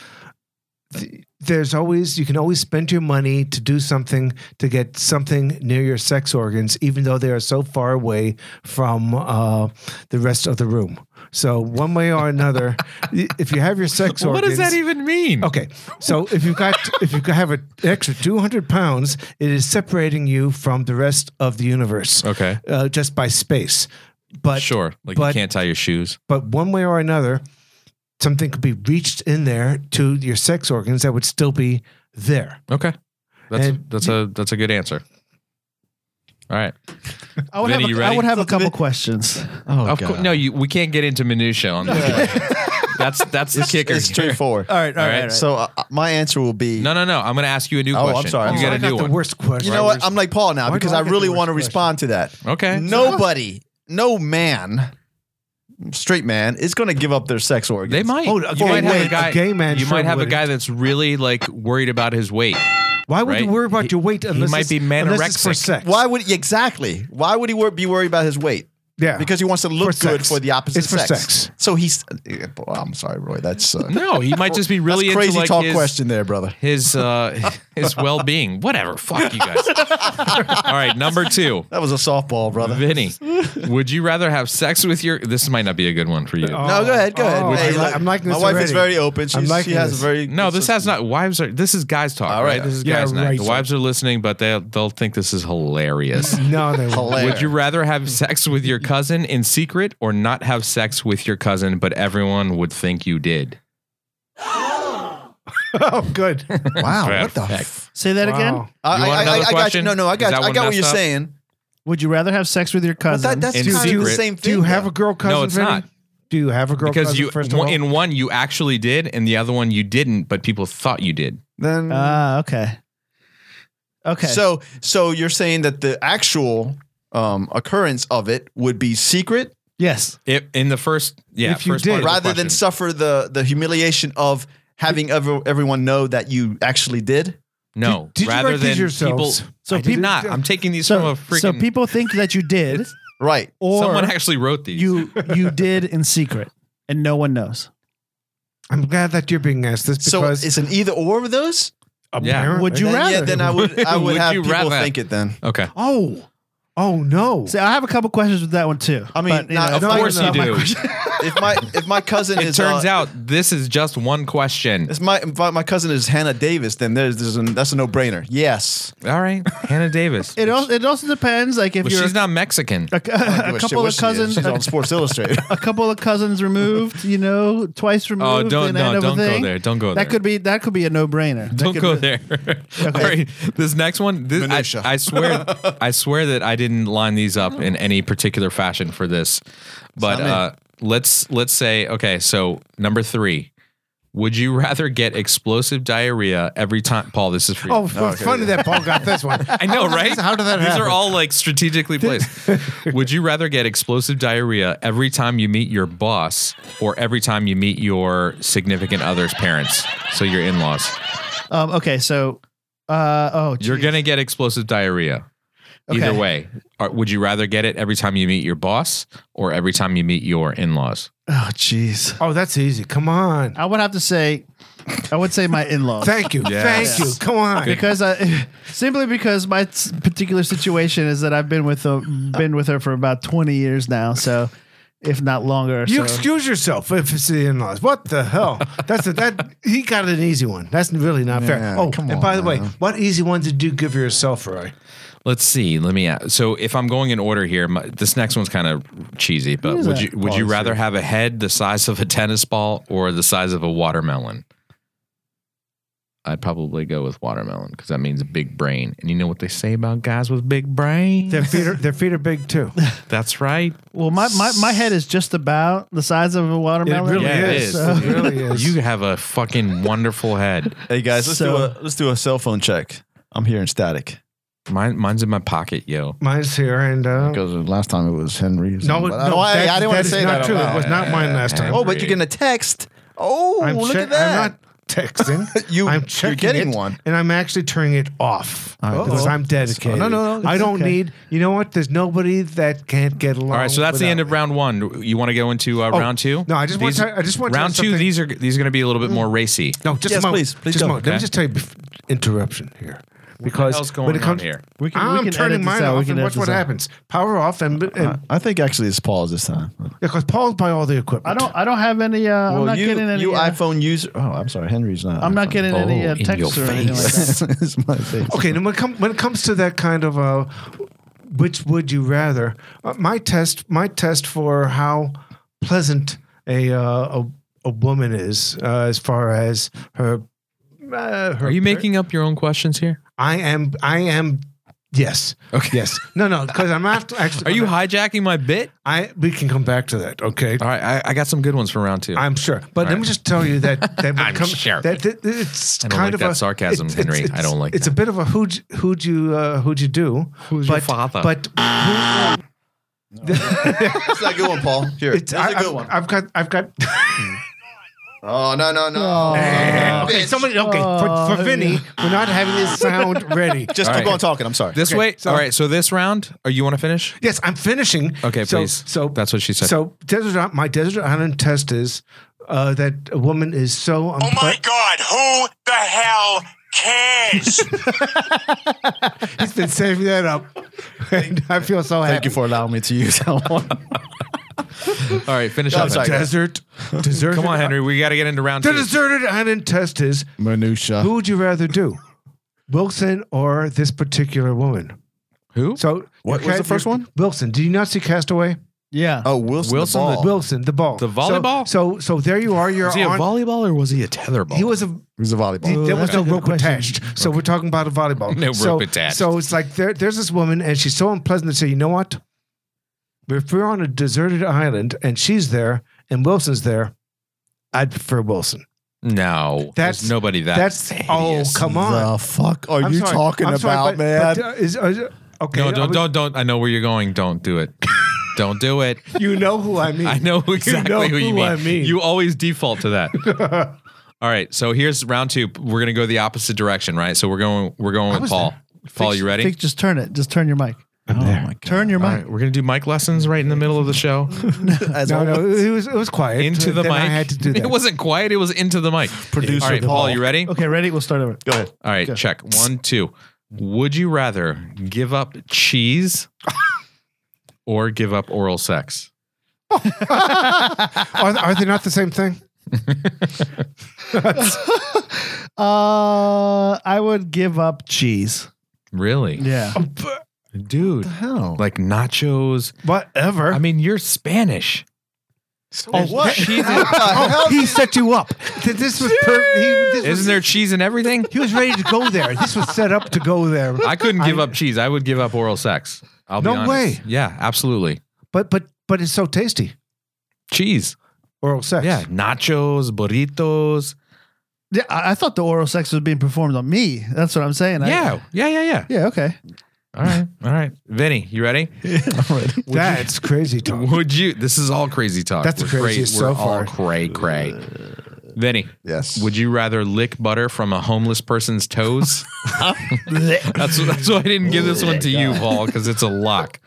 S6: th- there's always, you can always spend your money to do something to get something near your sex organs, even though they are so far away from uh, the rest of the room. So, one way or another, y- if you have your sex organs. Oh.
S1: even mean?
S6: Okay, so if you've got if you have an extra two hundred pounds, it is separating you from the rest of the universe.
S1: Okay.
S6: uh, just by space. But
S1: sure, like you
S6: but-
S1: can't tie your shoes.
S6: but one way or another, something could be reached in there to your sex organs that would still be there.
S1: Okay, that's
S6: And-
S1: that's a that's a good answer. All right.
S5: I would,
S1: Vinny,
S5: have
S1: you
S5: a, I
S1: ready?
S5: would have a couple questions.
S7: Oh,
S1: of course, no, you, we can't get into minutia on this. that's that's the kicker.
S9: It's straightforward.
S5: All right, all right.
S1: All right,
S5: all right.
S9: So uh, uh, my answer will be
S1: No, no, no. I'm gonna ask you a new
S9: Oh, I'm
S1: question.
S9: sorry, I'm
S1: You
S9: sorry.
S1: got a
S6: I got
S1: new
S6: the
S1: one.
S6: worst question.
S9: You know what? I'm like Paul now
S6: Why do
S9: because
S6: I
S9: I
S6: get
S9: really
S6: the worst
S9: want to
S6: question?
S9: respond to that.
S1: Okay.
S9: Nobody, no man, straight man is going to give up their sex organs.
S1: They might.
S6: Oh,
S1: you
S6: a gay
S1: might have
S6: man-
S1: a guy.
S6: a gay man
S1: you
S6: sure
S1: might have a
S6: wouldn't.
S1: guy that's really like worried about his weight,
S6: Why would you
S1: Right?
S6: worry about
S1: He-
S6: your weight
S1: he
S6: unless
S1: might
S6: it's,
S1: be
S6: unless it's for
S1: manorexic.
S6: sex?
S8: Why would exactly? Why would he wor- be worried about his weight?
S6: Yeah.
S8: because he wants to look
S6: For
S8: good
S6: sex.
S8: for the opposite
S6: It's for
S8: sex.
S6: sex.
S8: So he's
S9: Yeah, boy, I'm sorry, Roy. That's uh,
S1: No, he might just be really
S9: that's crazy
S1: into like
S9: talk
S1: his,
S9: question there, brother.
S1: his uh his well-being. Whatever. Fuck you guys. All right, number 2.
S9: That was a softball, brother.
S1: Vinny, would you rather have sex with your This might not be a good one for you.
S8: no. Go ahead, go ahead.
S6: Oh,
S8: Hey,
S6: I'm, li-
S8: look,
S6: I'm liking
S8: my
S6: this
S8: wife
S6: already.
S8: is very open.
S6: I'm
S8: She's,
S6: liking
S8: she has
S6: this.
S8: a very
S1: No, this has not. Wives are. This is guys talk, right? This is
S6: Yeah,
S1: guys night.
S6: right.
S1: The wives are listening, but they'll they'll think this is hilarious.
S6: No, they won't.
S1: Would you rather have sex with your cousin in secret or not have sex with your cousin, but everyone would think you did?
S6: oh, good.
S9: Wow, what the
S1: Perfect.
S9: f-
S5: Say that again.
S6: Wow.
S8: I,
S1: You
S8: I,
S1: want
S8: I,
S1: another
S8: I got you.
S1: question?
S8: No, no, I
S1: Is
S8: got.
S1: that
S8: I
S1: one
S8: got what
S1: messed
S8: you're
S1: up?
S8: saying.
S5: Would you rather have sex with your
S8: But
S5: cousin?
S8: that, that's
S1: In
S8: kind of the
S1: secret.
S8: same thing.
S6: Do you have
S8: though.
S6: a girl cousin?
S1: No, it's
S6: Vinny?
S1: not.
S6: Do you have a girl
S1: Because
S6: cousin?
S1: you
S6: first of all?
S1: in one you actually did, and the other one you didn't, but people thought you did.
S9: Then
S1: Mm-hmm.
S5: ah, okay. Okay.
S8: So, so you're saying that the actual um, occurrence of it would be secret
S5: yes.
S1: It, in the first, yeah,
S6: If you
S1: first
S6: did.
S1: part of the
S8: rather than
S1: question.
S8: suffer the the humiliation of having ever, everyone know that you actually did.
S1: no,
S6: Did- did you
S1: rather
S6: write
S1: than
S6: these yourselves?
S1: people. So
S5: So
S1: I did
S5: peop-
S1: not. I'm taking these from
S5: So,
S1: a freaking.
S5: so people think that you did,
S8: Right.
S5: or
S1: someone actually wrote these.
S5: you you did in secret, and no one knows.
S6: I'm glad that you're being asked this
S8: So
S6: because
S8: it's an either or of those.
S6: apparently-
S5: Would you
S8: Then,
S5: rather?
S8: yeah, then I would. I would,
S1: Would
S8: have
S1: you
S8: people
S1: rather?
S8: think it. Then
S1: okay?
S6: Oh, oh no.
S5: See, I have a couple questions with that one too.
S8: I mean,
S5: you
S8: not-
S5: know,
S8: of
S1: Of
S5: it's not-
S1: course
S5: it's
S1: you
S5: not my
S1: do.
S5: question.
S8: if my if my cousin
S1: It
S8: is
S1: turns
S8: uh,
S1: out this is just one question.
S8: if my if my cousin is Hannah Davis, then there's, there's an, that's a no brainer. Yes.
S1: All right, Hannah Davis.
S5: It also it also depends. Like if
S1: But
S5: you're
S1: she's not Mexican.
S5: a, a couple of cousins,
S8: She's
S5: a,
S8: on Sports Illustrated.
S5: a couple of cousins removed. You know, twice removed.
S1: Oh, don't
S5: and end
S1: no,
S5: of a
S1: don't go
S5: thing.
S1: there. Don't go there.
S5: That could be that could be a no brainer.
S1: Don't go there. All right, this next one. This,
S8: Minutia.
S1: I, I swear, I swear that I didn't line these up in any particular fashion for this. But uh, let's let's say okay. So number three, would you rather get explosive diarrhea every time? Paul, this is for you.
S6: Oh, f- funny that Paul got this one.
S1: I know, right?
S6: How did that
S1: These
S6: happen?
S1: are all like strategically placed. Would you rather get explosive diarrhea every time you meet your boss or every time you meet your significant other's parents? So your in laws.
S5: Um, okay, so uh, oh,
S1: You're
S5: geez.
S1: going to get explosive diarrhea. Either
S5: Okay.
S1: way, Are- would you rather get it every time you meet your boss or every time you meet your in laws?
S5: oh jeez.
S6: Oh, that's easy. Come on.
S5: I would have to say, I would say my in laws
S6: Thank you.
S1: Yes.
S6: Thank you. Come on.
S5: because I simply because my s- particular situation is that I've been with a, been with her for about twenty years now, so if not longer.
S6: You
S5: so-
S6: excuse yourself if it's the in-laws. What the hell? That's a, that he got an easy one. That's really not fair.
S9: Yeah,
S6: Oh,
S9: come
S6: and
S9: on,
S6: by the way,
S9: man.
S6: what easy ones did you give yourself, Roy?
S1: Let's see. Let me. Ask. So, if I'm going in order here, my, this next one's kind of cheesy. But would you would you rather have a head the size of a tennis ball or the size of a watermelon? I'd probably go with watermelon because that means a big brain. And you know what they say about guys with big brains?
S6: Their feet are their feet are big too.
S1: That's right.
S5: well, my, my my head is just about the size of a watermelon.
S6: really
S1: Yeah, it
S6: is.
S1: is.
S6: It really is.
S1: You have a fucking wonderful head.
S8: hey guys, let's
S5: So-
S8: do a let's do a cell phone check. I'm hearing static.
S1: Mine, mine's in my pocket, yo.
S6: Mine's here and uh,
S9: because last time it was Henry's.
S6: no, no,
S9: but I-
S8: I- I
S6: that-
S8: didn't wanna
S6: that is
S8: say
S6: not
S8: that
S6: true.
S8: out
S6: It was not mine last time.
S8: Oh, but you're gonna text. Oh,
S6: I'm
S8: look
S6: che-
S8: at that.
S6: I'm not texting.
S8: You-
S6: I'm
S8: you're
S6: checking
S8: getting
S6: it,
S8: one.
S6: and I'm actually turning it off because I'm dedicated.
S9: No, no, no,
S6: I
S9: it's
S6: don't
S9: okay.
S6: need. You know what? The's nobody that can't get along.
S1: All right, so that's the
S6: without
S1: end of
S6: me.
S1: round one. You want to go into uh,
S6: Oh,
S1: round two?
S6: no, I just want
S1: These-
S6: to- I just want to
S1: round
S6: tell
S1: two.
S6: something- Mm.
S1: These are these are going to be a little bit more racy.
S6: No, just
S8: Yes,
S6: a moment.
S8: please, please
S6: just a
S8: go.
S6: moment. Let me
S1: Okay.
S6: just tell you bef- interruption here because
S1: hell's
S6: when
S1: going
S6: it
S1: on
S6: comes
S1: here?
S5: We can- we
S6: I'm
S5: can edit
S6: turning
S5: this
S6: mine
S5: out. We
S6: off
S5: can
S6: and
S5: edit
S6: watch what
S5: this out.
S6: happens. Power off and because
S9: I think actually it's Paul's this time.
S6: Paul's by all the equipment.
S5: I don't I don't have any. Uh, I'm not
S8: you,
S5: getting any.
S8: you
S5: uh,
S8: iPhone user.
S9: Oh, I'm sorry, Henry's not.
S5: I'm not getting any
S1: Oh,
S5: uh,
S1: in your
S5: texts or anything like that.
S9: it's it's my face.
S6: Okay, now when, it come, when it comes to that kind of uh, which would you rather? Uh, my test, my test for how pleasant a uh, a, a woman is uh, as far as her. Uh, her
S1: Are you making up your own questions here?
S6: I am. I am. Yes.
S1: Okay.
S6: Yes. No. No. Because I'm not actually.
S1: Are you hijacking my bit?
S6: I. We can come back to that. Okay.
S1: All right, I, I got some good ones for round two.
S6: I'm sure. But let me
S1: right.
S6: just tell you that that when
S1: I'm
S6: it comes
S1: sure.
S6: that, that- that it's
S1: I don't
S6: kind
S1: like
S6: of
S1: that
S6: a,
S1: sarcasm,
S6: it's-
S1: Henry.
S6: it's-
S1: I don't like
S6: It's a
S1: that.
S6: bit of a who'd who'd you uh, who'd you do? Who's
S1: your father?
S6: But who,
S8: That's not a good one, Paul. Here,
S6: it's,
S8: that's a
S6: I,
S8: good
S6: I've-
S8: one.
S6: I've got I've got
S8: Oh no no no! Oh.
S6: okay, somebody. Okay, for, for Vinny, we're not having this sound ready.
S8: Just
S1: All
S8: keep
S1: right.
S8: on talking. I'm sorry.
S1: This
S6: Okay,
S1: way.
S6: so-
S1: all right. So this round, are you want to finish?
S6: Yes, I'm finishing.
S1: Okay,
S6: so,
S1: please.
S6: So
S1: That's what she said.
S6: So desert, i- my desert island test is uh, that a woman is so.
S10: Oh
S6: unpla-
S10: my God, who the hell cares?
S6: He's been saving that up, and I feel so happy.
S9: Thank you for allowing me to use that one.
S1: All right, finish up.
S6: Desert, desert.
S1: Come on, Henry. We got to get into round
S6: The
S1: two.
S6: deserted island test is
S7: Minutia.
S6: who would you rather do, Wilson or this particular woman?
S1: Who?
S6: So
S9: What was the first one?
S6: Wilson. Did you not see Castaway?
S5: Yeah.
S9: Oh, Wilson.
S1: Wilson the
S9: the ball.
S6: Wilson, the ball,
S1: The
S6: So-
S1: volleyball?
S6: So, so, there you are. You're
S1: Was he a
S6: on.
S1: volleyball or was he a tetherball?
S6: he was a
S9: He was a volleyball.
S8: Oh,
S6: there was
S5: that's a
S6: no
S5: good
S6: rope
S5: question.
S6: attached. So we're talking about a volleyball.
S1: No
S6: so,
S1: rope attached.
S6: So it's like there, there's this woman, and she's so unpleasant to say, you know what? If we're on a deserted island and she's there and Wilson's there, I'd prefer Wilson.
S1: no.
S6: That's-
S1: There's nobody that.
S6: That's oh
S1: hideous.
S6: come on.
S9: The fuck are
S6: I'm
S9: you
S6: sorry.
S9: talking
S6: I'm
S9: about,
S6: sorry, but-
S9: man?
S6: but, uh, is- is- okay,
S1: No,
S6: are
S1: don't,
S6: we-
S1: don't, don't. I know where you're going. Don't do it. don't do it.
S6: You know who I mean.
S1: I know exactly
S6: know
S1: who you
S6: who
S1: mean.
S6: I mean.
S1: You always default to that. All right, so here's round two. We're gonna go the opposite direction, right? So we're going, we're going with
S6: was
S1: Paul. Paul, you ready?
S5: Fix- just turn it. Just turn your mic. Oh Turn your
S1: All
S5: mic.
S1: right, we're gonna do mic lessons right in the middle of the show.
S9: As
S6: uh, No,
S9: always.
S6: no, it was it was quiet.
S1: into the
S6: Then
S1: mic.
S6: I had to do that.
S1: It wasn't quiet. It was into the mic. Producer All right, Paul, you ready?
S5: Okay, ready? We'll start over.
S9: Go ahead.
S1: All right, check one, two. Would you rather give up cheese or give up oral sex?
S6: are, are they not the same thing?
S5: Uh, I would give up cheese.
S1: Really,
S5: Yeah.
S1: dude?
S9: How?
S1: Like nachos.
S6: Whatever.
S1: I mean, you're Spanish.
S6: oh,
S9: what?
S6: Cheese
S1: Oh,
S6: he set you up. Th- This was per- he, this was-
S1: Isn't there cheese and everything?
S6: He was ready to go there. This was set up to go there.
S1: I couldn't give
S6: I-
S1: up cheese. I would give up oral sex. I'll
S6: No
S1: be honest.
S6: way.
S1: Yeah, absolutely.
S6: But but but it's so tasty.
S1: Cheese.
S6: Oral sex.
S1: Yeah, nachos, burritos.
S5: Yeah, I, I thought the oral sex was being performed on me. That's what I'm saying. I-
S1: Yeah, yeah, yeah, yeah.
S5: yeah. Okay.
S1: All right, all right. Vinny, you ready?
S6: That's crazy talk.
S1: Would you? This is all crazy talk.
S6: That's the
S1: We're cray-
S6: craziest
S1: we're
S6: so far.
S1: All cray cray. Vinny,
S9: Yes.
S1: would you rather lick butter from a homeless person's toes? that's that's why I didn't give this one to you, Paul, because it's a lock.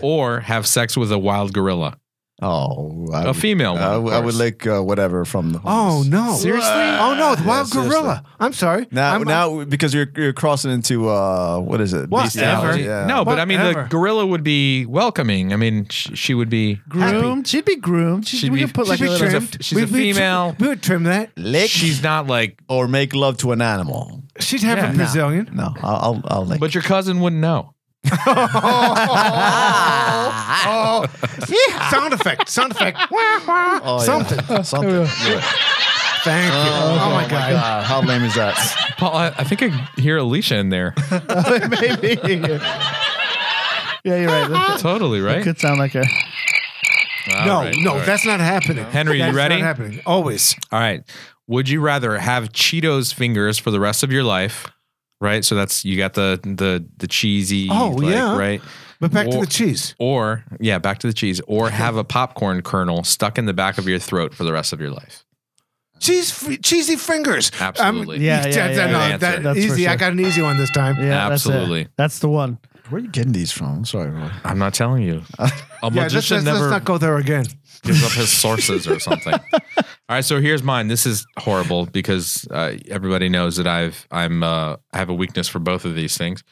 S1: Or have sex with a wild gorilla,
S9: Oh, I
S1: a
S9: would-
S1: female one.
S9: I,
S1: of
S9: would- I would
S1: course.
S9: lick uh, whatever from the.
S6: Oh
S9: homeless.
S6: no.
S1: Seriously?
S6: Oh no, the wild
S9: seriously.
S6: gorilla. I'm sorry.
S9: Now,
S6: I'm,
S9: now, because you're you're crossing into uh, what is it?
S6: Whatever.
S9: Bestiality,
S6: Yeah.
S1: No, but I mean, the
S6: Whatever.
S1: gorilla would be welcoming. I mean, sh- she would be.
S5: Groomed. She'd be groomed. She'd,
S1: She'd
S5: we
S1: be-
S5: could put like
S1: she'd
S5: a
S1: be
S5: little.
S1: trimmed.
S6: Trimmed.
S1: she's a
S6: trim-
S1: female.
S6: we would trim that.
S9: Lick
S1: She's not like,
S9: or make love to an animal.
S6: She'd have
S1: Yeah.
S6: a Brazilian.
S9: No, I'll I'll, I'll lick.
S1: but your cousin wouldn't know.
S6: Oh, sound effect. Sound effect. Wah, wah.
S9: Oh, yeah.
S6: Something.
S9: something. Yeah.
S6: Thank you. Oh, my god.
S9: God, how lame is that?
S1: Paul, I, I think I hear Alicia in there.
S5: Uh, Maybe. yeah, you're right. That
S1: totally right.
S5: could sound like a.
S1: All
S6: No,
S1: right,
S6: no,
S1: all right.
S6: that's not happening.
S1: Henry, you
S6: That's
S1: ready?
S6: Not happening. Always.
S1: All right. Would you rather have Cheetos fingers for the rest of your life? Right. So that's you got the the the cheesy.
S6: Oh,
S1: like,
S6: yeah.
S1: Right.
S6: But back to
S1: Or-
S6: the cheese.
S1: Or yeah, back to the cheese. Or have a popcorn kernel stuck in the back of your throat for the rest of your life.
S6: Cheese, fr- cheesy fingers. Um,
S1: Absolutely.
S5: Yeah, yeah, yeah,
S6: no,
S1: yeah.
S6: that-
S1: Good
S5: answer.
S6: easy. I
S5: That's for
S6: got an easy one this time.
S5: Yeah, that's it.
S1: Absolutely.
S5: That's, the one.
S9: Where are you getting these from? I'm sorry, Roy.
S1: I'm not telling you. A
S6: Yeah, let's, let's,
S1: magician
S6: let's
S1: never
S6: not go there again.
S1: gives up his sources or something. All right, so here's mine. This is horrible because uh, everybody knows that I've I'm uh, I have a weakness for both of these things.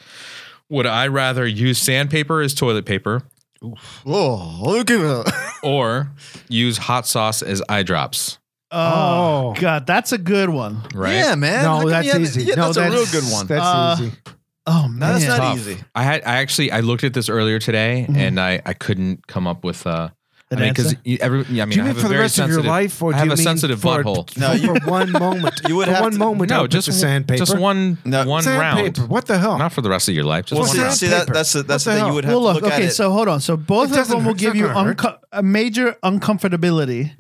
S1: Would I rather use sandpaper as toilet paper
S9: Oh, look at that.
S1: or use hot sauce as eye drops?
S5: Oh,
S6: Oh.
S5: God, that's a good one.
S1: Right?
S9: Yeah, man. How
S6: No,
S9: come you
S6: that's
S9: haven't-
S6: easy.
S9: Yeah,
S6: no,
S9: that's, a real good one.
S6: That's
S5: Uh,
S6: easy.
S5: Oh man,
S9: No, that's not easy.
S1: I had I actually I looked at this earlier today and I I couldn't come up with uh
S5: An
S1: I mean because
S5: answer?
S1: every yeah, I mean
S6: do you
S1: I
S6: mean
S1: have a
S6: for the
S1: very
S6: rest of your
S1: sensitive-
S6: life, or
S1: I
S6: do
S1: have
S6: you
S1: a
S6: mean
S1: sensitive
S6: for,
S1: butthole.
S6: No,
S9: you-
S6: for one moment.
S9: You would
S6: for
S9: have
S6: one
S9: to-
S6: moment. I
S1: No,
S6: would put
S1: just
S6: the sandpaper.
S1: just one
S9: No.
S1: one
S6: sandpaper.
S1: round.
S6: What the hell?
S1: Not for the rest of your life, just
S6: Well,
S1: one
S6: see,
S1: round.
S9: See, that, that's the,
S6: What
S9: that's
S6: the
S9: the thing
S6: hell?
S9: you would have
S5: Well,
S9: to
S5: look.
S9: look at
S5: okay,
S9: it.
S5: so hold on. So both of
S6: doesn't
S5: them will
S6: hurt. It's
S5: give
S6: not
S5: you
S6: gonna hurt.
S5: unco- a major uncomfortability.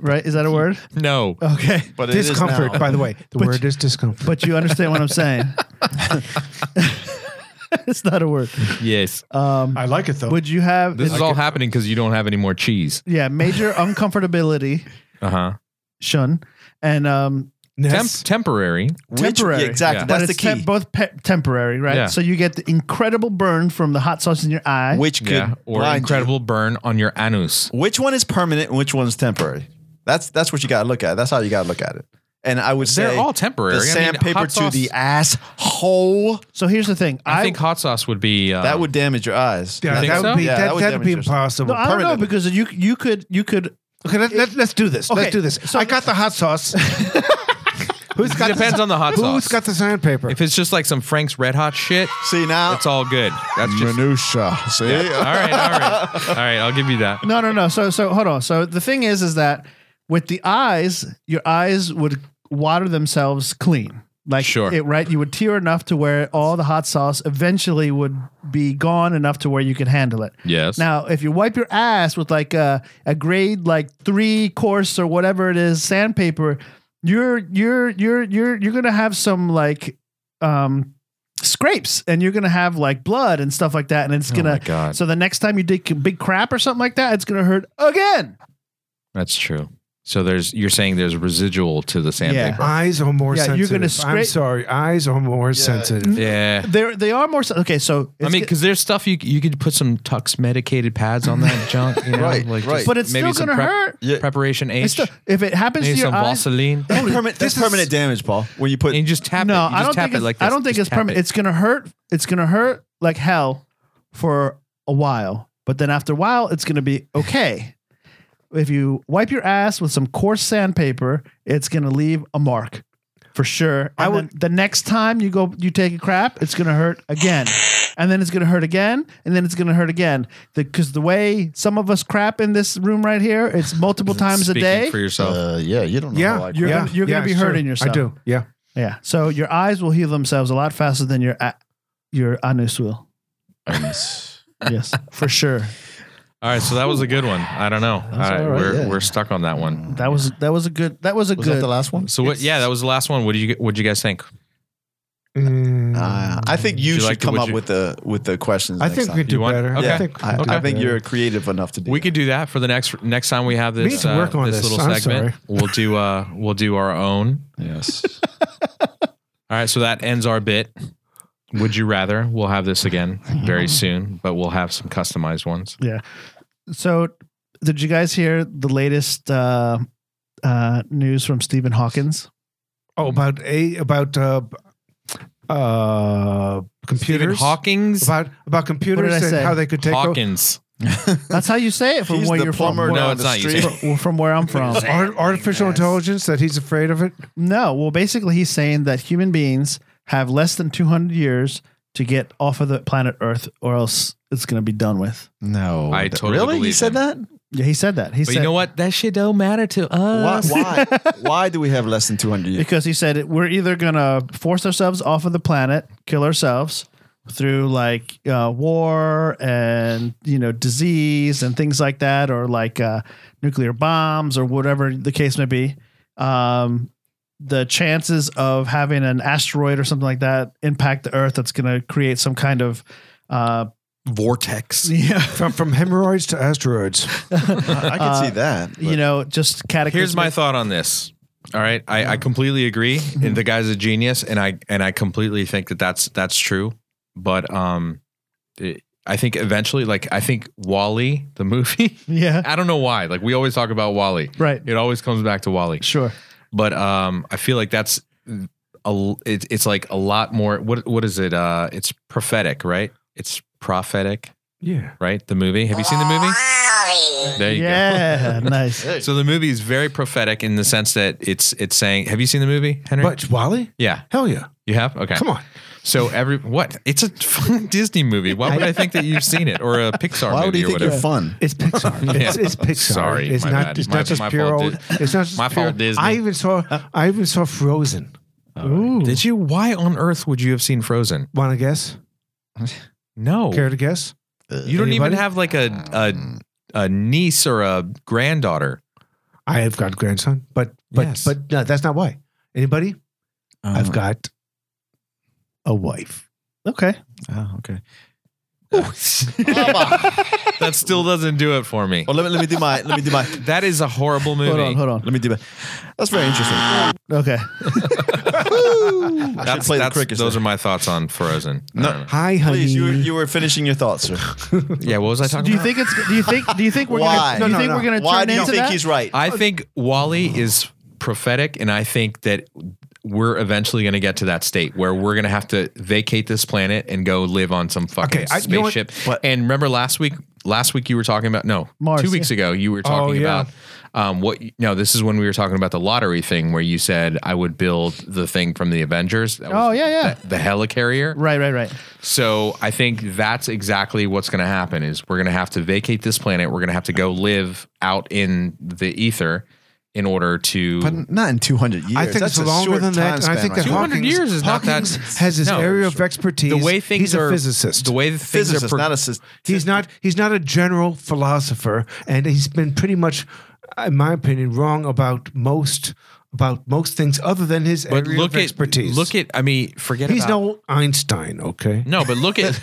S5: right? Is that a word?
S1: No.
S5: Okay.
S9: but it is
S6: Discomfort,
S9: now.
S6: by the way. The
S5: But-
S6: word is discomfort.
S5: But you understand what I'm saying. it's not a word. Um,
S1: Yes.
S6: I like it though.
S5: Would you have
S1: This is all happening because you don't have any more cheese.
S8: Uh-huh.
S5: yeah, major uncomfortability
S1: Uh huh.
S5: shun, and um,
S1: Temp-
S6: Ness?
S1: temporary.
S8: Which-
S5: Temporary.
S8: yeah, exactly.
S1: Yeah.
S5: but
S8: That's the
S5: it's
S8: key.
S5: tem- both pe- temporary, right?
S1: Yeah.
S5: So you get the incredible burn from the hot sauce in your eye.
S8: which could
S1: Yeah. Or
S8: blind you.
S1: incredible burn on your anus.
S8: Which one is permanent and which one's temporary? That's that's what you got to look at. That's how you got to look at it. And I would say
S1: They're all temporary.
S8: The
S1: I mean,
S8: sandpaper
S1: hot
S8: to
S1: sauce-
S8: the asshole
S5: so here's the thing.
S1: I,
S5: I,
S1: think hot sauce would be uh,
S8: that would damage your eyes.
S6: Yeah,
S1: think
S6: that
S1: so?
S6: would be
S8: Yeah, that
S6: that,
S8: would
S6: that'd be
S8: damage yourself.
S6: impossible.
S5: no, I don't know
S8: permanent.
S5: because you you could you could
S6: okay, let, let, let's do this.
S5: Okay,
S6: Let's do this.
S5: so-
S6: I got the hot sauce. Who's
S1: It
S6: got
S1: depends
S6: the,
S1: on the hot
S6: Who's
S1: sauce.
S6: got the sandpaper?
S1: if it's just like some Frank's Red Hot shit,
S8: See uh, now,
S1: it's all good. That's just
S7: Minutia. See?
S1: all right. All right, all right. I'll give you that.
S5: no no no. So so hold on. So the thing is is that with the eyes, your eyes would water themselves clean. Like
S1: Sure.
S5: it right, you would tear enough to where all the hot sauce eventually would be gone enough to where you could handle it.
S1: Yes.
S5: Now, if you wipe your ass with like a, a grade like three course or whatever it is sandpaper, you're you're you're you're you're gonna have some like um scrapes and you're gonna have like blood and stuff like that, and it's
S1: Oh
S5: gonna.
S1: my God.
S5: So the next time you take a big crap or something like that, it's gonna hurt again.
S1: That's true. So there's you're saying there's residual to the sandpaper.
S6: Eyes are more
S5: Yeah, you're
S6: sensitive.
S5: gonna
S6: I'm
S5: scrape-
S6: sorry. Eyes are more sensitive.
S1: Yeah.
S5: There they are more. so- Okay, so
S1: I
S5: it's
S1: mean,
S5: g-
S1: because there's stuff you you could put some Tux medicated pads on that junk, you know,
S8: Right,
S1: like
S8: right.
S1: just
S5: But it's
S1: maybe some
S5: still gonna hurt.
S8: Yeah.
S1: Preparation H,
S5: it's still- if it happens
S1: maybe
S5: to your
S1: some
S5: eyes,
S1: Vaseline, and
S8: permanent, that's
S6: this is-
S8: permanent damage, Paul. When you put
S1: you just tap it.
S5: No,
S1: You
S5: I
S1: just
S5: don't
S1: tap
S5: think
S1: it
S5: it's,
S1: like
S5: I
S1: this.
S5: don't think
S1: Just
S5: it's
S1: tap
S5: permanent.
S1: it.
S5: It's gonna hurt. It's gonna hurt like hell for a while, but then after a while, it's gonna be okay. if you wipe your ass with some coarse sandpaper, it's gonna leave a mark for sure. And I would. the next time you go, you take a crap, it's gonna hurt again. And then it's gonna hurt again, and then it's gonna hurt again. Because the way some of us crap in this room right here, it's multiple times a
S1: Speaking
S5: day.
S1: for yourself.
S7: Uh, yeah, you don't know. how
S6: Yeah,
S7: I-
S5: You're
S6: yeah,
S5: gonna- you're gonna
S6: yeah,
S5: be
S6: it's
S5: hurting
S6: true.
S5: yourself.
S6: I do. Yeah.
S5: Yeah. So your eyes will heal themselves a lot faster than your a- your anus will. yes, for sure.
S1: all right, so that was a good one. I don't know. All right,
S7: all right,
S1: we're
S7: yeah.
S1: we're stuck on that one.
S5: That was that was a good that was a
S7: Was
S5: good
S7: that the last one?
S1: So what? Yeah, that was the last one. What do you what do you guys think?
S6: Mm,
S8: Uh, I think you
S1: Would you
S8: should
S1: like to-
S8: come
S1: would
S8: up
S1: you-
S8: with the with the questions.
S6: I
S8: next
S6: think
S8: time.
S6: we do
S1: You want-
S6: better.
S1: okay.
S6: I think,
S8: I,
S6: do
S8: I think
S6: better.
S8: you're creative enough to do.
S1: We
S8: that.
S1: could do that for the next next time we have
S6: We need
S1: this
S6: to work
S1: uh,
S6: on
S1: this
S6: this.
S1: little
S6: I'm
S1: segment.
S6: sorry.
S1: We'll do uh we'll do our own.
S7: Yes.
S1: All right, so that ends our bit. Would you rather? We'll have this again very soon, but we'll have some customized ones.
S5: So did you guys hear the latest uh uh news from Stephen Hawkins?
S6: Oh, about a about uh, uh,
S1: Stephen
S6: computers.
S1: Hawking's
S6: About about computers
S5: I
S6: and
S5: say?
S6: how they could take over.
S1: Hawkins.
S5: That's how you say it from
S8: He's
S5: where
S8: the
S5: you're from.
S8: plumber
S5: Where-
S1: No,
S8: down
S1: it's
S8: the
S1: not you.
S8: street.
S5: from- from where I'm from.
S6: Art, artificial intelligence that he's afraid of it.
S5: No, well basically he's saying that human beings have less than 200 years to get off of the planet Earth or else it's going to be done with.
S7: no.
S1: I totally
S8: Oh, Really, he
S1: believe
S8: said
S1: him.
S8: that.
S5: Yeah, he said that. He
S1: But
S5: said
S1: you know what? That shit don't matter to
S8: Why?
S1: us.
S8: Why, why do we have less than two hundred years?
S5: because he said it, we're either gonna force ourselves off of the planet, kill ourselves through like uh, war and you know disease and things like that, or like uh, nuclear bombs or whatever the case may be. Um, the chances of having an asteroid or something like that impact the Earth that's gonna create some kind of uh,
S1: Vortex.
S5: yeah,
S6: From from hemorrhoids to asteroids.
S8: I can see that.
S5: you know, just cataclysmic.
S1: Here's my thought on this. All right, I, I completely agree. And the guy's a genius, and I and I completely think that that's that's true. But um, it, I think eventually, like I think Wally the movie.
S5: yeah,
S1: I don't know why. Like we always talk about Wally.
S5: right,
S1: It always comes back to Wally.
S5: sure.
S1: But um, I feel like that's a l- it, it's like a lot more. What what is it? Uh, it's prophetic, right? It's prophetic,
S6: Yeah.
S1: right? The movie. Have you seen the movie? There you
S5: Yeah, nice.
S1: go. So the movie is very prophetic in the sense that it's it's saying. Have you seen the movie, Henry?
S6: But Wally?
S1: Yeah,
S6: Hell yeah.
S1: you have. Okay,
S6: Come on.
S1: So every what? It's a fucking Disney movie. Why would I think that you've seen it or a Pixar
S8: Why would
S1: movie
S8: he
S1: or
S8: think
S1: whatever?
S8: you're fun?
S6: It's Pixar. it's, it's Pixar.
S1: Sorry,
S6: It's
S1: my
S6: not
S1: bad.
S6: it's
S1: My-
S6: not just
S1: my
S6: pure
S1: fault,
S6: old
S1: Dis-
S6: it's not just
S1: my
S6: pure-
S1: fault, Disney.
S6: I even saw I even saw Frozen.
S1: Did you? Why on earth would you have seen Frozen?
S6: Wanna guess?
S1: No,
S6: Care to guess?
S1: you don't even
S6: anybody?
S1: have like a a, a niece or a granddaughter.
S6: I have got grandson, but but
S1: Yes.
S6: but no, that's not why. Anybody?
S7: Um,
S1: Uh,
S6: I've got a wife.
S5: Okay.
S8: Ah,
S7: Oh, okay.
S1: that still doesn't do it for me.
S8: Well, let me let me do my let me do my.
S1: That is a horrible movie.
S5: Hold on, hold on.
S8: Let me do my. That's very interesting.
S5: Okay.
S1: That's,
S8: play the
S1: that's-
S8: crickets
S1: those are my thoughts on Frozen. I don't know.
S6: Hi, honey.
S8: Please, you were, you were finishing your thoughts, sir.
S1: Yeah, what was I talking
S5: Do you
S1: about?
S5: think it's? Do you think? Do you think we're
S8: Why?
S5: gonna? Do you
S8: No, no,
S5: think
S6: no.
S5: we're gonna
S8: Why
S5: turn
S8: do you
S5: into
S8: think
S5: that?
S8: he's right?
S1: I think Wally
S6: Oh.
S1: is prophetic, and I think that we're eventually going to get to that state where we're going to have to vacate this planet and go live on some fucking
S6: Okay, I- you know what?
S1: spaceship. and remember last week? Last week you were talking about no,
S5: Mars,
S1: two weeks ago you were talking
S6: Oh, yeah.
S1: about um, what? No, this is when we were talking about the lottery thing where you said I would build the thing from the Avengers. That
S5: Oh, yeah, yeah.
S1: the, the helicarrier.
S5: Right, right, right.
S1: So I think that's exactly what's going to happen is we're going to have to vacate this planet. We're going to have to go live out in the ether in order to.
S9: But not in 200 years.
S6: I think
S9: That's
S6: it's
S9: a
S6: longer
S9: short
S6: than
S9: time
S6: that. and
S9: span
S6: I think
S9: right
S6: that
S9: now.
S1: 200
S6: Hawking
S1: years is not that-
S6: has his
S1: no.
S6: area of expertise.
S1: the way things
S6: he's
S1: are,
S6: a physicist.
S1: The way things
S8: Physicist,
S1: are, pro-
S8: not a sis-
S6: he's not. He's not a general philosopher, and he's been pretty much, in my opinion, wrong about most about most things other than his
S1: but
S6: area
S1: look
S6: of
S1: at
S6: expertise.
S1: look at. I mean, forget.
S6: He's
S1: about,
S6: no Einstein, okay?
S1: No, but look at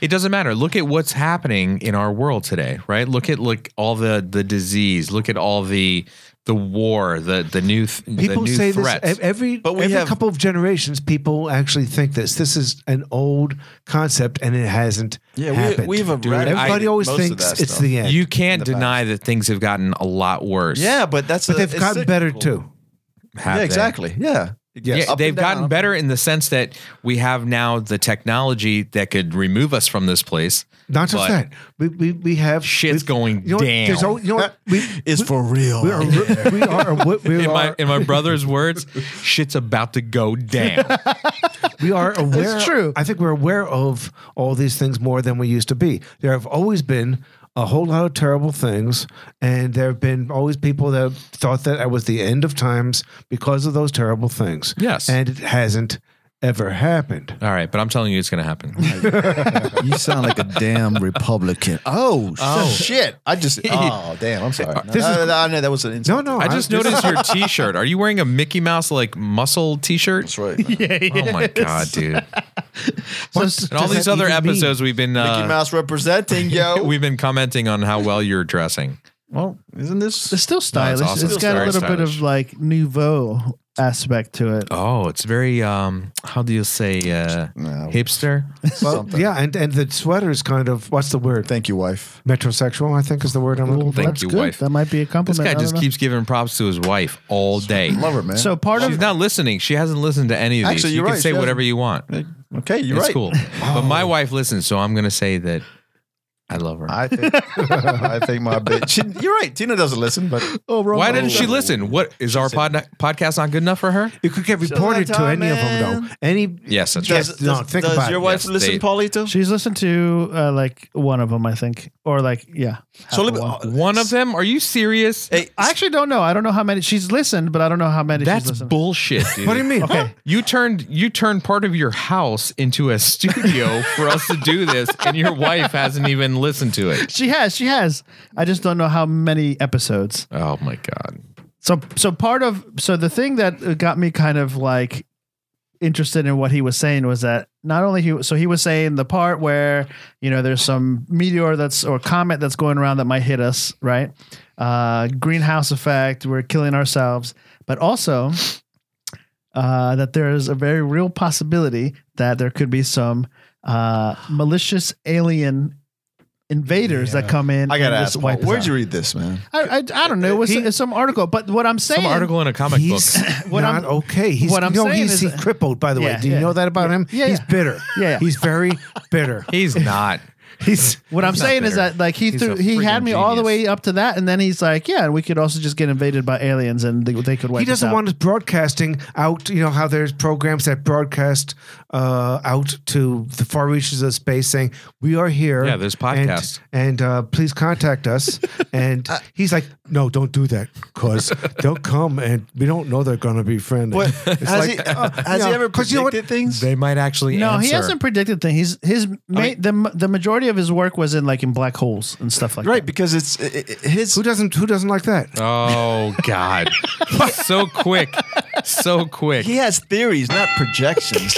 S1: it doesn't matter. Look at what's happening in our world today, right? Look at like all the the disease, look at all the the war, the the new th-
S6: People
S1: the new
S6: say
S1: threats.
S6: this e-, ev- every
S8: But we
S6: every
S8: have-
S6: couple of generations. People actually think this. This is an old concept, and it hasn't
S8: Yeah, we-
S6: happened.
S8: we've eradicated
S6: Everybody always
S8: most of
S6: thinks
S8: that
S6: it's
S8: stuff.
S6: e-, the end.
S1: you can't deny that things have gotten a lot worse.
S8: yeah, but that's
S6: but
S8: a,
S6: they've
S8: it's
S6: gotten
S8: cyclical.
S6: better too.
S1: Have
S8: Yeah,
S1: they?
S8: exactly. Yeah.
S6: Yes.
S1: Yeah,
S8: Up
S1: they've
S8: and down,
S1: gotten
S8: up
S1: better in the sense that we have now the technology that could remove us from this place.
S6: Not
S1: But-
S6: just that. We we, we have
S1: Shit's
S6: we-
S1: going
S6: you know, what- there's
S1: down.
S6: al- you know what? We,
S8: Is for real.
S6: we are we are we
S1: In my
S6: are,
S1: in my brother's words, shit's about to go down.
S6: we are aware.
S5: true.
S6: I think we're aware of all these things more than we used to be. There have always been a whole lot of terrible things, and there have been always people that thought that it was the end of times because of those terrible things.
S1: Yes.
S6: and it hasn't ever happened.
S1: All right, but I'm telling you, it's going to
S6: Oh
S1: happen.
S9: You sound like a damn Republican. Oh,
S8: Shit.
S9: I just. Oh, damn. I'm sorry.
S8: This is, I know that was an insult.
S6: No, no.
S1: I just noticed your T-shirt. Are you wearing a Mickey Mouse like muscle T-shirt?
S8: That's right. Mickey
S5: Yeah, yeah.
S1: Oh my god, dude! And
S6: What's-
S1: all
S6: does
S1: these
S6: that
S1: other
S6: even mean?
S1: episodes, we've been uh,
S8: Mouse representing, yo.
S1: we've been commenting on how well you're dressing.
S5: Well,
S8: Isn't this?
S5: it's still stylish.
S1: awesome.
S5: it's
S1: Still
S5: got a
S1: very
S5: little bit of
S1: stylish.
S5: like nouveau aspect to it.
S1: Oh, it's very um. How do you say uh, hipster?
S6: Well, yeah, and and the sweater is kind of what's the word?
S9: Thank you, wife.
S6: Metrosexual, I think, is the word I'm looking for.
S1: Thank
S5: That's
S1: you,
S5: good.
S1: wife.
S5: That might be a compliment.
S1: This guy
S5: I
S1: just
S5: don't know.
S1: keeps giving props to his wife all day.
S9: Love her, man.
S5: So part
S1: She's
S5: of
S1: not listening. She hasn't listened to any of these.
S8: Actually,
S1: you
S8: you're
S1: can
S8: right.
S1: say
S8: She
S1: whatever you want.
S8: okay, you're
S1: it's
S8: right.
S1: cool. But my wife listens, so I'm going to say that I love her.
S9: I think, I think my bitch.
S8: She, you're right. Tina doesn't listen, but
S5: oh, wrong.
S1: Why didn't she listen? What is our pod, podcast not good enough for her?
S6: You could get reported to
S8: time,
S6: any of them, though. Any
S1: Yes, that's
S6: Yes,
S1: right.
S8: does,
S6: no,
S8: does,
S6: think
S8: does
S6: about
S8: your
S6: it.
S8: wife
S1: Yes,
S8: listen,
S1: they-
S8: Polly, too?
S5: She's listened to uh, like one of them, I think, or like yeah. half
S8: so let
S5: of
S8: me,
S5: one.
S1: One of them? Are you serious?
S8: hey,
S5: I actually don't know. I don't know how many she's listened, but I don't know how many she's
S1: That's
S5: listened.
S1: bullshit, dude.
S6: What do you mean?
S5: Okay.
S1: You turned you turned part of your house into a studio for us to do this, and your wife hasn't even listened to it.
S5: She has, she has. I just don't know how many episodes.
S1: Oh my god!
S5: So so part of so the thing that got me kind of like interested in what he was saying was that not only he so he was saying the part where you know there's some meteor that's or comet that's going around that might hit us right uh greenhouse effect we're killing ourselves but also uh that there's a very real possibility that there could be some uh malicious alien invaders that come in
S8: I got to
S5: and just
S8: ask, Paul,
S5: wipe us
S8: where'd
S5: out.
S8: you read this, man?
S5: I, I, I don't know. It was it's some article, but what I'm saying,
S1: Some article in a comic
S6: He's
S1: book.
S5: What
S6: not
S5: I'm-
S6: okay. He's,
S5: what I'm
S6: no,
S5: saying
S6: he's,
S5: is-
S6: he's crippled. By the
S5: Yeah,
S6: way, do you
S5: yeah.
S6: know that about him?
S5: Yeah,
S6: he's
S5: yeah.
S6: bitter.
S5: Yeah, yeah.
S6: he's very bitter.
S1: He's not.
S6: He's
S5: what I'm
S1: not
S5: saying is
S1: bitter.
S5: that like he
S1: He's
S5: threw
S1: a
S5: he had
S1: freaking
S5: me all the
S1: genius.
S5: way up to that, and then he's like, yeah, and we could also just get invaded by aliens, and they, they could wipe.
S6: he doesn't
S5: us out.
S6: want us broadcasting out. You know how there's programs that broadcast uh, out to the far reaches of space, saying we are here.
S1: Yeah, there's
S6: and-
S1: podcasts.
S6: and, uh, please contact us. and he's like, no, don't do that, cause they'll come and we don't know they're gonna be friendly.
S8: What-
S6: It's
S8: has he-
S5: uh,
S8: has he ever
S6: 'cause you know what?
S8: predicted things?
S6: They might actually.
S5: No, he
S1: answer.
S5: hasn't predicted things. He's his ma- the the majority of his work was in like in black holes and stuff like
S8: Right,
S5: that.
S8: because it's i- i- his.
S6: Who doesn't? Who doesn't like that?
S1: Oh God! so quick, so quick.
S8: He has theories, not projections.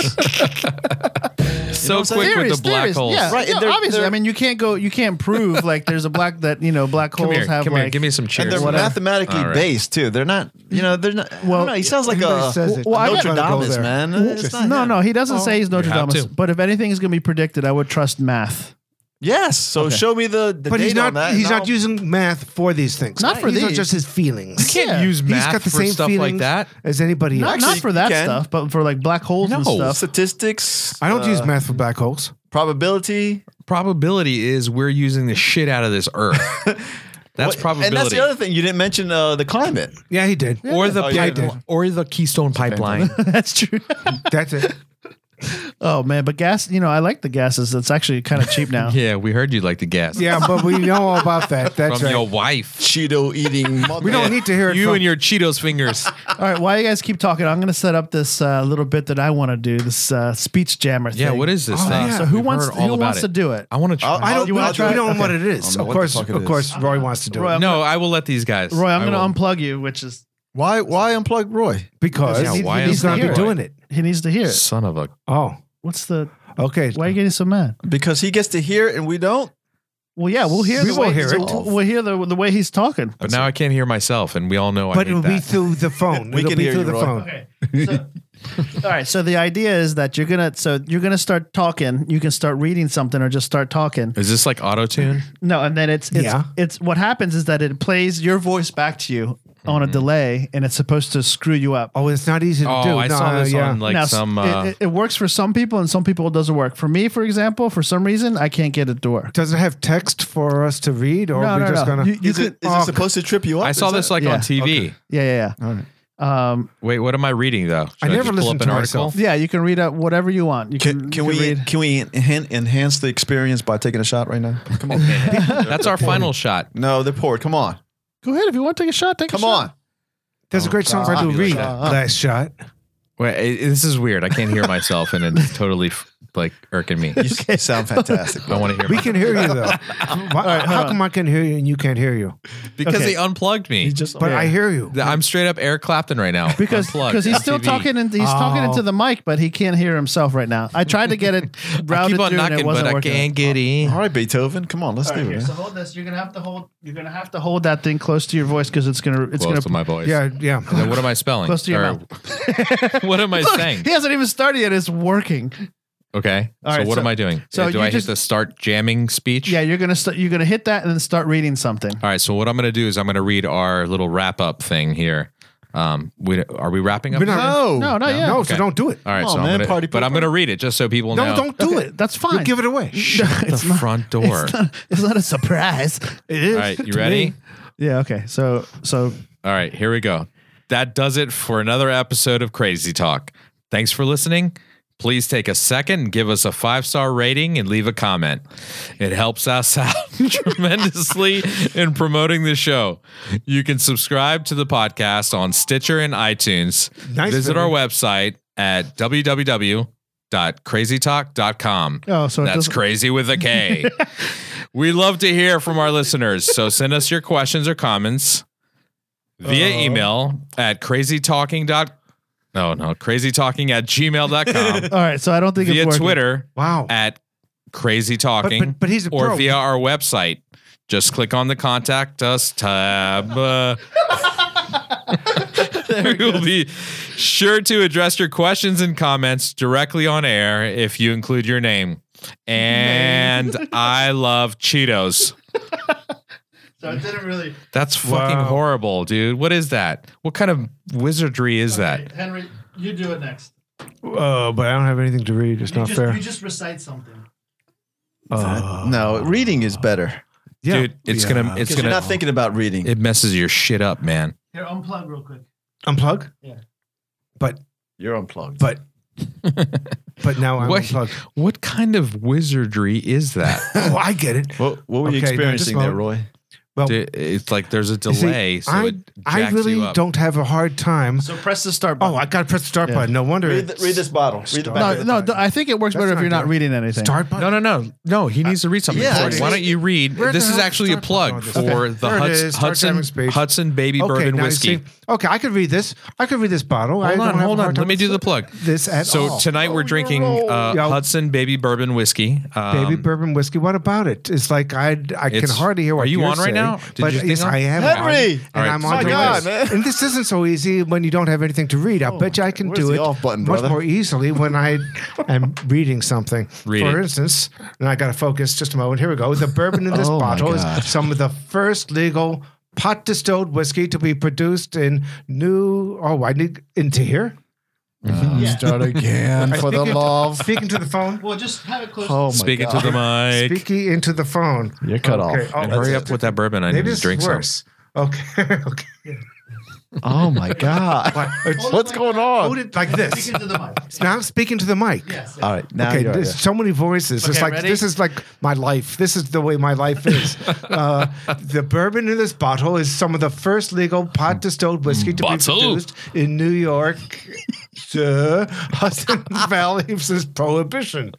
S1: so quick with the black holes.
S5: Yeah,
S8: Right,
S5: no,
S8: and they're-
S5: obviously.
S8: they're-
S5: I mean, you can't go. You can't prove like there's a black that you know black
S1: Come
S5: holes
S1: here,
S5: have
S1: come
S5: like.
S1: here. Give me some
S8: And
S1: cheers.
S8: they're mathematically
S1: All right.
S8: based too. They're not, you know, they're not. Well,
S5: Well,
S8: he sounds like a,
S6: everybody says it.
S8: a
S6: Well, I
S8: Notre
S6: gotta go
S8: Dame,
S6: there.
S8: man. It's not
S5: no,
S8: him. Oh.
S5: no, he doesn't say he's Notre
S1: You have
S5: Dame.
S1: to.
S5: But if anything is going to be predicted, I would trust math.
S8: Yes. So show me the, the
S6: But he's
S8: date on
S6: not.
S8: that,
S6: he's
S8: and
S6: not
S8: I'll-
S6: using math for these things.
S5: Not for
S6: these. Are
S5: these.
S6: just his feelings.
S1: You can't
S5: Yeah.
S1: use
S6: He's
S1: math
S6: got the
S1: for
S6: same
S1: stuff like
S6: feelings
S1: that.
S6: as anybody
S5: Not,
S6: else.
S5: not for that
S8: you can.
S5: stuff, but for like black holes and
S1: No.
S5: stuff.
S8: statistics.
S6: I don't use
S8: uh,
S6: math for black holes.
S8: probability.
S1: Probability is we're using the shit out of this earth. That's
S8: What-
S1: probability.
S8: And that's the other thing you didn't mention uh, the climate.
S6: Yeah, he did.
S1: or the
S8: Oh, yeah,
S1: pipe-
S8: yeah.
S1: or the Keystone pipeline.
S5: That's true.
S6: That's it.
S5: oh man, but gas. You know, I like the gases. It's actually kind of cheap now.
S1: yeah, we heard you like the gas.
S6: Yeah, but we know all about that. That's
S1: from
S6: right.
S1: your wife.
S8: Cheeto eating. mother.
S6: we don't need to hear it.
S1: You
S6: from,
S1: and your Cheetos fingers.
S5: All right, while you guys keep talking, I'm going to set up this uh, little bit that I want to do. This uh, speech jammer.
S1: yeah,
S5: thing.
S1: what is this
S6: Oh,
S1: thing?
S6: yeah.
S5: So who
S1: We've
S5: wants
S1: heard all
S5: who
S1: about
S5: wants to do it?
S1: I want to try.
S8: I'll-
S6: I don't.
S8: You
S6: know.
S8: wanna try
S6: we
S8: it?
S6: don't know what it
S8: I
S6: is.
S8: don't know
S6: Of
S8: what the
S6: course,
S8: fuck it
S6: of
S8: is.
S6: course, Roy wants to do
S5: Roy,
S6: it
S5: I'm
S1: no, I will let these guys.
S5: Roy, I'm
S1: I
S5: going to
S1: will.
S5: unplug you, which is
S8: Why? Why unplug Roy?
S6: because
S1: Yeah,
S6: he-
S1: why
S6: he's
S1: is
S6: going to
S5: he
S6: be
S5: here?
S6: doing it.
S5: he needs to hear it.
S1: Son of a.
S6: Oh,
S5: What's the
S6: okay.
S5: why are you getting so mad?
S8: Because he gets to hear it and we don't.
S5: Well, yeah, we'll hear
S6: We
S5: the
S6: will
S5: way
S6: hear it.
S5: We'll hear the the way he's talking.
S1: But now I can't hear myself, and we all know I
S6: But
S1: hate
S6: it'll
S1: that.
S6: be through the phone.
S8: We
S6: it'll
S8: can
S6: be
S8: hear
S6: through
S8: you,
S6: the
S8: Roy.
S6: phone.
S5: Okay. So, all right. So the idea is that you're gonna so you're gonna start talking. You can start reading something or just start talking.
S1: Is this like auto tune?
S5: No, and then it's it's,
S6: Yeah.
S5: it's what happens is that it plays your voice back to you on a
S1: Mm-hmm.
S5: delay, and it's supposed to screw you up.
S6: Oh, it's not easy to
S1: Oh,
S6: do.
S1: I
S6: No,
S1: saw this
S6: yeah.
S1: on like
S5: Now,
S1: some.
S5: it-
S1: Uh,
S5: it, it works for some people, and some people it doesn't work. For me, for example, for some reason, I can't get it to work.
S6: Does it have text for us to read, or
S5: No,
S6: are we
S5: no,
S6: just
S5: no.
S6: gonna?
S5: You- you
S8: Is it, is
S6: Oh,
S8: it supposed to trip you up?
S1: I saw
S8: Is
S1: this
S8: that-
S1: like
S5: Yeah,
S1: on TV.
S5: Yeah, yeah, yeah. Um,
S1: Wait, what am I reading though? Should
S6: I never
S1: just pull
S6: listen
S1: up
S6: to
S1: an
S6: myself.
S5: yeah, you can read out whatever you want. You
S9: Can,
S5: can, you
S9: can we
S5: read.
S9: can we enhan- enhance the experience by taking a shot right now? Come on.
S1: article? That's our final shot.
S9: no, they're poor. Come on.
S5: Go ahead if you want to take a shot. Take
S9: Come
S5: a
S9: on.
S5: shot.
S6: There's a great song by Lou
S1: like
S6: Reed.
S1: that.
S6: Last shot.
S1: Wait, i- this is weird. I can't hear myself, and it's totally f- like irking me.
S9: You s- you sound fantastic.
S1: I want to hear
S6: We
S1: my-
S6: can hear you though. Why- how come I can hear you and you can't hear you?
S1: because
S5: okay.
S1: they unplugged me.
S9: just
S6: But I hear you.
S1: Th- I'm straight up Eric Clapton right now.
S5: Because
S1: Unplugged,
S5: because he's still
S1: MTV.
S5: talking and he's talking into the mic, but he can't hear himself right now. I tried to get it
S1: I
S5: routed
S1: keep on
S5: through and
S1: knocking,
S5: it
S1: but
S5: wasn't
S1: I
S5: working.
S1: can't get in.
S9: All right, Beethoven. Come on, let's
S5: All right,
S9: do
S5: here,
S9: it.
S5: so hold this. You're gonna have to hold. You're gonna have to hold that thing close to your voice because it's gonna. It's
S1: Close
S5: gonna.
S1: to my voice.
S6: yeah, yeah.
S1: Now, what am I spelling?
S5: Close to your
S1: Or- what am I saying?
S5: He hasn't even started yet. It's working.
S1: Okay.
S5: All
S1: so
S5: right,
S1: what
S5: so-
S1: am I doing? Uh,
S5: so
S1: do
S5: you
S1: I
S5: just-
S1: hit the start jamming speech?
S5: Yeah, you're gonna st- you're gonna hit that and then start reading something.
S1: All right. So what I'm going to do is I'm going to read our little wrap up thing here. Um, we are we wrapping up?
S6: We're not-
S1: now?
S5: No, not yet.
S6: No,
S1: Okay.
S6: so don't do it.
S1: All right.
S9: Come on,
S1: so I'm
S9: man,
S1: gonna,
S9: party
S1: but I'm going to read it just so people
S6: No,
S1: know.
S6: don't do
S5: Okay,
S6: it.
S5: that's fine.
S6: You'll give it away.
S1: Shut the front door.
S5: It's not, it's not a surprise. It is.
S1: All right. You
S5: to
S1: ready?
S5: me. Yeah. Okay. So so
S1: All right. Here we go. That does it for another episode of Crazy Talk. Thanks for listening. Please take a second, give us a five star rating, and leave a comment. It helps us out tremendously in promoting the show. You can subscribe to the podcast on Stitcher and iTunes.
S6: Nice,
S1: Visit
S6: baby.
S1: our website at www.crazytalk.com.
S5: oh so it
S1: That's
S5: doesn't-
S1: crazy with a K. we love to hear from our listeners, so send us your questions or comments via
S5: Uh-huh.
S1: email at crazytalking. dot- No, no, crazytalking at gmail.com,
S5: All right. So I don't think
S1: via
S5: it's working.
S1: Twitter
S6: Wow.
S1: at
S6: But,
S1: crazytalking,
S6: but, but he's a
S1: or
S6: pro.
S1: via our website. Just click on the contact us tab. Uh, we will be sure to address your questions and comments directly on air if you include your name. And I love Cheetos.
S5: So it didn't really.
S1: That's fucking
S6: Wow.
S1: horrible, dude. What is that? What kind of wizardry is that?
S5: Henry, you do it next.
S6: Uh, but I don't have anything to read. It's not fair.
S5: just recite something.
S6: Uh,
S9: No, reading is better.
S6: yeah.
S1: Dude, it's
S6: Yeah.
S1: gonna
S9: Because
S1: it's
S9: you're
S1: gonna
S9: not thinking about reading.
S1: it messes your shit up, man.
S5: Here, unplug real quick.
S6: unplug.
S5: Yeah.
S6: But
S9: You're unplugged.
S6: but but now I'm
S1: What?
S6: unplugged.
S1: What kind of wizardry is that?
S6: Oh, I get it.
S9: What, what were you
S6: Okay, now just
S9: experiencing there, Roy?
S6: moment. Well,
S1: D- it's like there's a
S6: You see,
S1: delay, so
S6: I,
S1: it
S6: I
S1: jacks
S6: really
S1: you up.
S6: don't have a hard time.
S5: So press the start
S6: Oh,
S5: button.
S6: I got to press the start
S5: Yeah.
S6: button. No wonder.
S8: Read,
S6: it's-
S8: the, read this bottle. Read the
S6: Stop.
S8: back.
S5: no, no, th- I think it works
S6: That's
S5: better if
S6: not
S5: you're not
S6: good.
S5: reading anything.
S6: Start button.
S1: No, no, no, no. He needs to read something.
S8: Yeah,
S1: So
S8: it's-
S1: why don't you read?
S6: Uh, Where
S1: This
S6: the
S1: is
S6: hell
S1: actually a
S6: start button
S1: plug
S6: on this?
S1: for
S6: Okay,
S1: the
S6: there it
S1: Huts-
S6: is. Start
S1: Hudson
S6: sharing space.
S1: Hudson Baby Bourbon
S6: now you
S1: Whiskey.
S6: see- Okay, I could read this. I could read this bottle. I
S1: Hold
S6: don't
S1: on,
S6: have
S1: hold
S6: a hard
S1: on.
S6: time
S1: Let me do
S6: with
S1: the plug.
S6: This at
S1: so
S6: all.
S1: tonight we're drinking uh,
S6: Oh. Yo.
S1: Hudson Baby Bourbon Whiskey. Um,
S6: Baby bourbon whiskey. What about it? It's like I I can
S1: It's-
S6: hardly hear what
S1: are you
S6: you're
S1: on right
S6: saying,
S1: now? Did
S6: but
S1: you
S6: yes,
S1: think on?
S6: I am.
S8: Henry!
S6: on,
S1: All
S6: and
S1: right.
S6: I'm
S1: Oh
S6: on
S1: my
S6: to
S8: God,
S6: this.
S8: man. Oh
S6: And this isn't so easy when you don't have anything to read. I bet you I can
S8: Where's
S6: do
S8: the
S6: it
S8: off button,
S6: much
S8: brother?
S6: more easily when I am reading something.
S1: Read
S6: For
S1: it.
S6: instance, and I got to focus just a moment. Here we go. The bourbon in this
S7: Oh my
S6: bottle is
S7: God.
S6: some of the first legal pot distilled whiskey to be produced in new. Oh, I need into here.
S1: Uh-huh.
S7: Start again for the
S6: Speaking-
S7: love.
S6: Speaking to the phone.
S5: Well, just have it close.
S7: Oh my
S1: Speaking
S7: God.
S1: to the mic.
S6: Speaking into the phone.
S7: You're cut
S6: Okay.
S7: off.
S6: Oh,
S1: and
S6: that's
S1: hurry
S6: it.
S1: up with that bourbon. I need
S6: Maybe
S1: to
S6: this
S1: drink
S6: is
S1: some.
S6: worse. Okay. okay.
S7: Oh my God.
S6: What? It's-
S7: What's going on?
S6: Hold it like this.
S5: Speak into the mic.
S6: Oh. Now I'm speaking to the mic.
S7: All right. Now
S6: okay,
S7: you're
S6: there's so many voices. it's
S5: Okay,
S6: like
S5: ready?
S6: this is like my life. This is the way my life is. uh, the bourbon in this bottle is some of the first legal pot distilled whiskey to
S1: Bottle.
S6: be produced in New York, uh, Hudson Valley since Prohibition.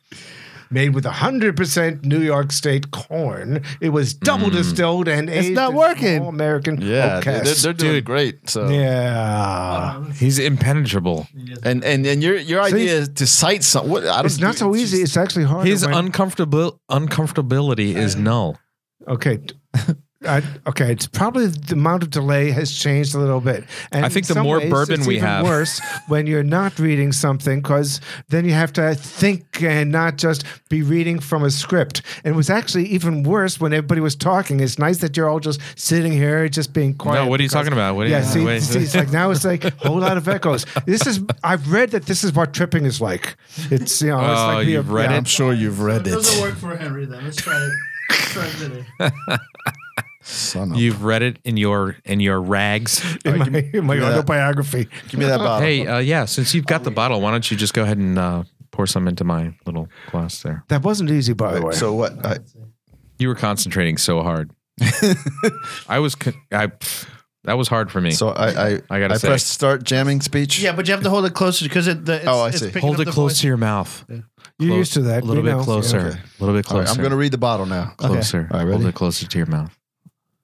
S6: Made with 100% New York State corn, it was double distilled and
S5: It's
S6: aged
S5: not
S6: in
S5: working.
S6: small American
S7: Yeah,
S6: oak
S7: they're,
S6: casks.
S7: they're uh, doing
S1: Dude.
S7: great. So
S6: yeah.
S1: He's impenetrable.
S7: and and and your your
S6: See?
S7: idea is to cite some. What, I don't.
S6: It's not so easy. It's actually hard.
S1: His uncomfortable uncomfortability is null.
S6: okay. I, okay, it's probably the amount of delay has changed a little bit. And
S1: I think
S6: in
S1: the
S6: some
S1: more
S6: ways,
S1: bourbon
S6: it's
S1: we
S6: even
S1: have-
S6: worse when you're not reading something because then you have to think and not just be reading from a script. And it was actually even worse when everybody was talking. It's nice that you're all just sitting here, just being quiet.
S1: No, what are you
S6: because-
S1: talking about? What are
S6: yeah,
S1: you-
S6: see,
S1: wait.
S6: see, it's like now it's like a whole lot of echoes. This is I've read that this is what tripping is like. It's you know, it's
S1: Oh,
S6: like we
S1: you've
S6: have-
S1: read
S6: yeah,
S1: it?
S7: I'm sure you've read
S5: It doesn't
S7: it.
S5: work for Henry then. Let's try it. Let's try it.
S7: Son of-
S1: You've read it in your in your rags.
S6: in my, in my autobiography.
S7: give me that bottle.
S1: hey, uh, yeah. Since you've got the bottle, why don't you just go ahead and uh, pour some into my little glass there?
S6: That wasn't easy, by the way.
S7: So what? I,
S1: You were concentrating so hard. I was. Con- I. pff, That was hard for me.
S7: so I I,
S1: I gotta
S7: I
S1: say.
S7: pressed start jamming speech.
S5: Yeah, but you have to hold it closer because it. The, it's,
S7: Oh, I
S5: it's
S7: see.
S5: picking
S1: Hold
S5: up
S1: it
S5: the
S1: close
S5: voice.
S1: to your mouth.
S6: You're
S1: Clo-
S6: used to that.
S1: A little
S6: We
S1: bit
S6: know.
S1: closer.
S7: Okay.
S1: A little bit
S7: All
S1: closer.
S7: right, I'm going to read the bottle now.
S1: closer.
S7: All right,
S1: Hold
S7: ready?
S1: it closer to your mouth.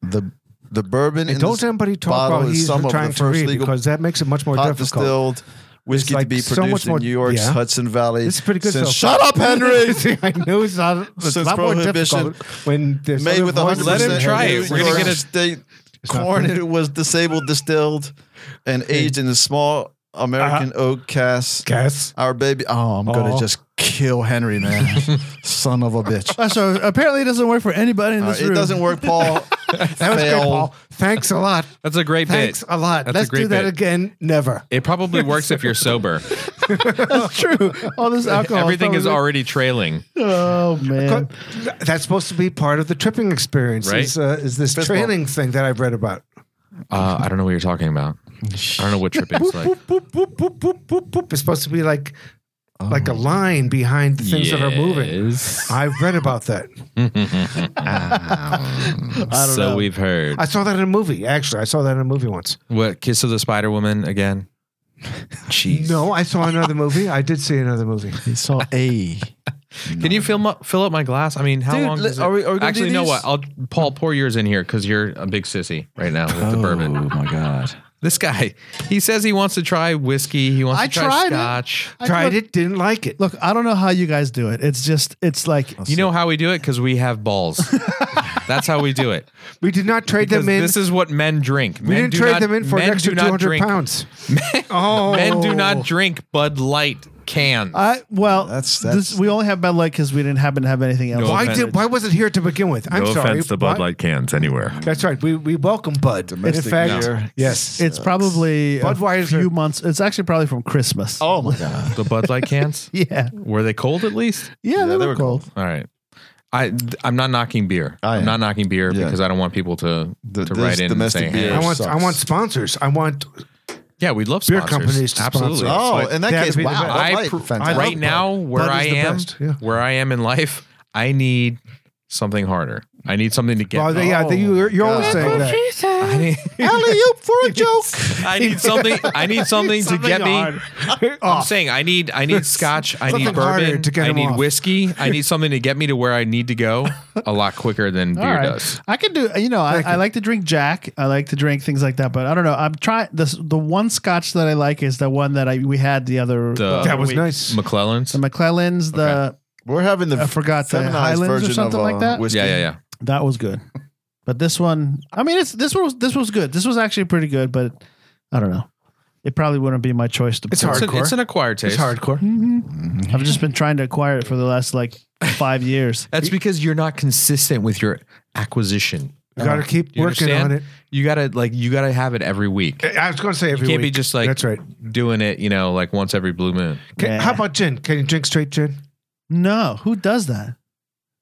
S7: The the bourbon
S6: And
S7: in
S6: don't
S7: this
S6: anybody talk
S7: bottle
S6: while
S7: is
S6: he's
S7: some of
S6: trying
S7: the
S6: to
S7: first
S6: read
S7: legal
S6: because that makes it much more
S7: pot
S6: difficult.
S7: distilled whiskey
S6: like
S7: to be
S6: so
S7: produced
S6: much more-
S7: in New York's
S6: yeah.
S7: Hudson Valley.
S6: This is pretty good.
S7: Since,
S6: so
S7: shut up, Henry.
S6: See, I know it's not. It's a
S7: Since
S6: lot more
S7: Prohibition,
S6: difficult when there's
S7: made
S6: other
S7: with 100
S6: voices
S1: Let him
S6: in
S1: try
S6: there.
S1: it. We're gonna get a-
S7: state
S6: not
S7: corn.
S6: good.
S7: It was disabled, distilled, and aged in a small American oak cask.
S6: Guess.
S7: Our baby. Oh, I'm gonna
S6: Uh-huh. Aw.
S7: just kill Henry, man. Son of a bitch.
S5: Uh, So apparently, it doesn't work for anybody in
S7: All
S5: this
S7: right,
S5: room.
S7: Uh, it doesn't work, Paul.
S6: That was good, Paul. Thanks a lot.
S1: That's a great
S6: Thanks
S1: bit.
S6: a lot.
S1: That's a
S6: Let's
S1: great
S6: do that
S1: bit.
S6: again. Never.
S1: It probably works if you're sober.
S5: That's true. All this alcohol.
S1: Everything
S7: Oh,
S1: is
S5: probably-
S1: already trailing.
S5: Oh man.
S6: That's supposed to be part of the tripping experience.
S1: Right?
S6: Is, uh, is this
S7: Fist bump.
S6: training thing that I've read about?
S1: Uh, I don't know what you're talking about. I don't know what tripping's like.
S6: boop, boop, boop, boop, boop, boop. It's supposed to be like like a line behind the things that are moving.
S1: Oh. Yes.
S6: I've read about that.
S1: so we've heard.
S6: I saw that in a movie, actually. I saw that in a movie once.
S1: What Kiss of the Spider Woman again? Jeez.
S6: No, I saw another movie. I did see another movie.
S7: He saw a.
S1: Can you fill mu- fill up my glass? I mean, how
S7: Dude,
S1: long?
S7: le-
S1: Does it-
S7: are we- are we gonna
S1: Actually,
S7: do
S1: know
S7: these?
S1: what? I'll Paul pour yours in here because you're a big sissy right now with
S6: Oh.
S1: the bourbon.
S7: Oh my god.
S1: This guy, he says he wants to try whiskey. He wants
S5: I
S1: to try
S5: tried it.
S1: scotch.
S5: I-
S6: Tried
S5: look-
S6: it, didn't like it.
S5: Look, I don't know how you guys do it. It's just, it's like
S1: You know how we do it because we have balls. That's how we do it.
S6: We did not trade
S1: Because
S6: them in.
S1: this is what men drink.
S6: we didn't trade them in for an
S1: men
S6: extra
S1: do not
S6: 200
S1: drink.
S6: pounds. oh.
S1: Men do not drink Bud Light cans.
S5: I well,
S7: That's-
S5: that's,
S7: that's-
S5: this, we only have Bud Light because we didn't happen to have anything else.
S1: No
S6: Why,
S1: offense.
S6: did, why was it here to begin with? I'm sorry. Why-
S1: cans anywhere.
S6: That's right. We, we welcome Bud. In fact, yes.
S5: It's probably a
S6: Budweiser.
S5: few months. It's actually probably from Christmas. Oh my god.
S1: The Bud Light cans?
S5: Yeah,
S1: Were they cold at least?
S5: yeah, they, were, cold.
S1: All right. I th- I'm not knocking beer.
S7: I
S1: I'm
S7: am.
S1: not knocking beer
S7: Yeah.
S1: because I don't want people to
S7: The-
S1: to
S7: this
S1: write in and
S7: domestic
S1: say,
S7: beer.
S1: hey,
S6: I want
S7: sucks.
S6: I want sponsors. I want
S1: yeah, we love
S6: Beer
S1: sponsors.
S6: companies to
S1: Absolutely.
S6: sponsor.
S7: Oh,
S6: Like,
S7: in that
S6: they have
S7: case,
S6: to be the
S7: wow.
S6: best.
S7: Bud
S1: I
S7: Light,
S1: pr-
S7: fantastic.
S1: right now where
S6: Bud
S1: I
S6: is the
S1: am,
S6: best, yeah.
S1: where I am in life, I need something harder. I need something to get.
S6: Well, yeah, I think you, you're always saying that.
S1: I need,
S6: Alley oop for a joke.
S1: I need something. I need something, to get me.
S6: me.
S1: I'm saying I need. I need scotch. I need
S6: Something harder
S1: bourbon.
S6: to get
S1: I
S6: him
S1: need
S6: off.
S1: whiskey. I need something to get me to where I need to go a lot quicker than
S5: All
S1: beer
S5: right.
S1: does.
S5: I could do. You know, I, I like to drink Jack. I like to drink things like that. But I don't know. I'm trying this. The one Scotch that I like is the one that I we had the other.
S1: The-
S5: other
S6: that was
S5: week.
S6: nice.
S1: McClellan's.
S5: The McClellans. The
S8: We're having the
S5: I forgot the
S8: feminized
S5: Highlands
S8: version
S5: or something
S8: of,
S5: like
S8: uh,
S5: that.
S8: whiskey.
S1: yeah, yeah, yeah.
S5: That was good. But this one, I mean, it's this was this was good. This was actually pretty good. But I don't know. It probably wouldn't be my choice to.
S6: It's
S5: pour.
S1: It's an,
S6: Hardcore.
S1: it's an acquired taste.
S6: It's hardcore.
S5: I've just been trying to acquire it for the last like five years.
S1: That's because you're not consistent with your acquisition.
S6: You got to keep
S1: Uh, You
S6: working
S1: understand?
S6: on it.
S1: You gotta like you gotta have it every week.
S6: I was going to say every
S1: Can't be
S6: week.
S1: just like
S6: that's right.
S1: doing it, you know, like once every blue moon.
S6: Can,
S5: Yeah.
S6: How about gin? Can you drink straight gin?
S5: No, who does that?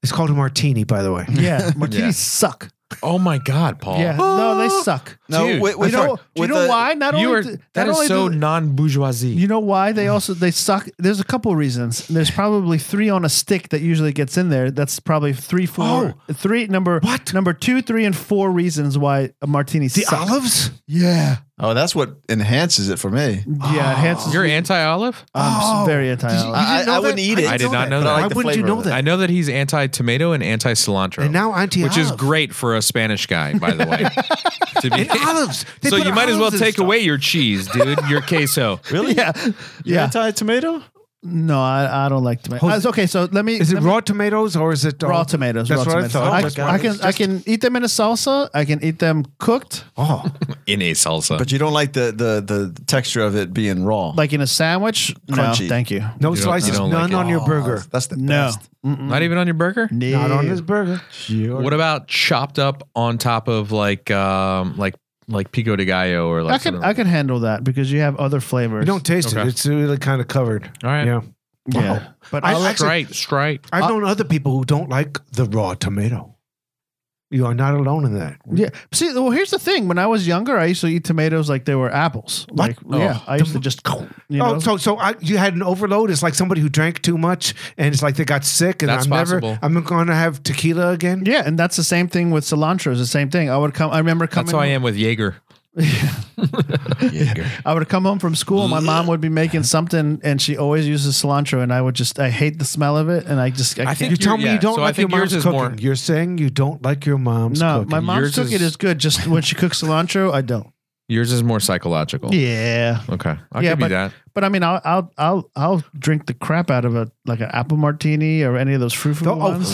S6: It's called a martini, by the way.
S5: Yeah, martinis suck.
S1: Oh my god, Paul.
S5: Yeah, no, they suck.
S1: No, Oh. Dude,
S5: You know, do you know why? Not
S1: you
S5: only
S1: are
S5: do- not
S1: that is
S5: only
S1: so
S5: do-
S1: non bourgeoisie.
S5: You know why they also they suck? There's a couple reasons. There's probably three on a stick that usually gets in there. That's probably three, four, three number
S6: Oh. What?
S5: number two, three, and four reasons why a martini
S6: The
S5: sucks.
S6: olives?
S5: Yeah,
S8: Oh, that's what enhances it for me.
S5: yeah, it enhances.
S1: You're anti olive?
S5: I'm
S6: Oh.
S5: very anti.
S6: Did you-
S5: olive.
S8: I,
S6: didn't know
S8: I
S6: that?
S8: wouldn't eat
S6: I
S8: it.
S1: I did not know
S8: but
S1: that.
S8: I
S6: Why
S8: like the
S6: wouldn't you
S8: flavor
S6: know
S8: of
S6: that?
S8: it.
S1: I know that he's anti tomato and anti cilantro.
S6: And now anti
S1: which is
S6: olive.
S1: great for a Spanish guy, by the way. to be,
S6: And olives. They
S1: so
S6: put
S1: you might as well
S6: olives in
S1: take
S6: stuff.
S1: away your cheese, dude. Your queso.
S5: Really? Yeah, yeah.
S8: Anti-tomato?
S5: No, I, I don't like tomatoes.
S6: Jose-
S5: Okay, so let me.
S6: Is it
S5: let me-
S6: raw tomatoes or is it
S5: raw tomatoes?
S6: That's
S5: raw
S6: what
S5: tomatoes.
S6: I
S5: I,
S6: thought. Oh
S5: I can I can eat them in a salsa. I can eat them cooked,
S6: Oh,
S1: In a salsa.
S8: But you don't like the the the texture of it being raw.
S5: like in a sandwich. No,
S8: Crunchy.
S5: thank you.
S6: no
S1: You don't- you
S6: slices,
S1: don't
S6: none
S1: like it.
S6: on your burger.
S8: that's the
S5: No,
S8: best.
S1: Not even on your burger?
S6: Not on this burger.
S1: What about chopped up on top of like um like like pico de gallo or like
S5: I can
S1: something
S5: I
S1: like-
S5: can handle that because you have other flavors.
S6: You don't taste
S1: Okay.
S6: it. It's really kind of covered.
S1: All right.
S6: Yeah.
S5: yeah. Uh,
S6: Wow.
S5: But
S6: I
S5: I, like
S6: like-
S1: Straight, straight.
S6: I've known other people who don't like the raw tomato. You are not alone in that.
S5: Yeah. See, well, here's the thing. When I was younger, I used to eat tomatoes like they were apples. Like, yeah, I used to just, you know,
S6: Oh, so so I, you had an overload. It's like somebody who drank too much, and it's like they got sick, and
S1: That's
S6: I'm
S1: possible.
S6: never, I'm going to have tequila again.
S5: yeah, and that's the same thing with cilantro. It's the same thing. I would come. I remember coming.
S1: That's how I am with Jaeger.
S5: I would come home from school. and My mom would be making something, and she always uses cilantro, and I would just, I hate the smell of it, and I just, I, can't.
S1: think
S6: You tell me
S1: yeah,
S6: you don't
S1: so I
S6: like your
S1: think yours
S6: mom's
S1: is
S6: cooking.
S1: more-
S6: You're saying you don't like your mom's
S5: no,
S6: cooking.
S5: my mom's
S1: Yours
S5: cooking
S1: is-
S5: is, good. Just when she cooks cilantro, I don't.
S1: Yours is more psychological.
S5: Yeah,
S1: Okay. I'll
S5: Yeah,
S1: give you that.
S5: but I mean, I'll, I'll, I'll, I'll drink the crap out of a like an apple martini or any of those fruit fruit
S6: Oh,
S5: ones.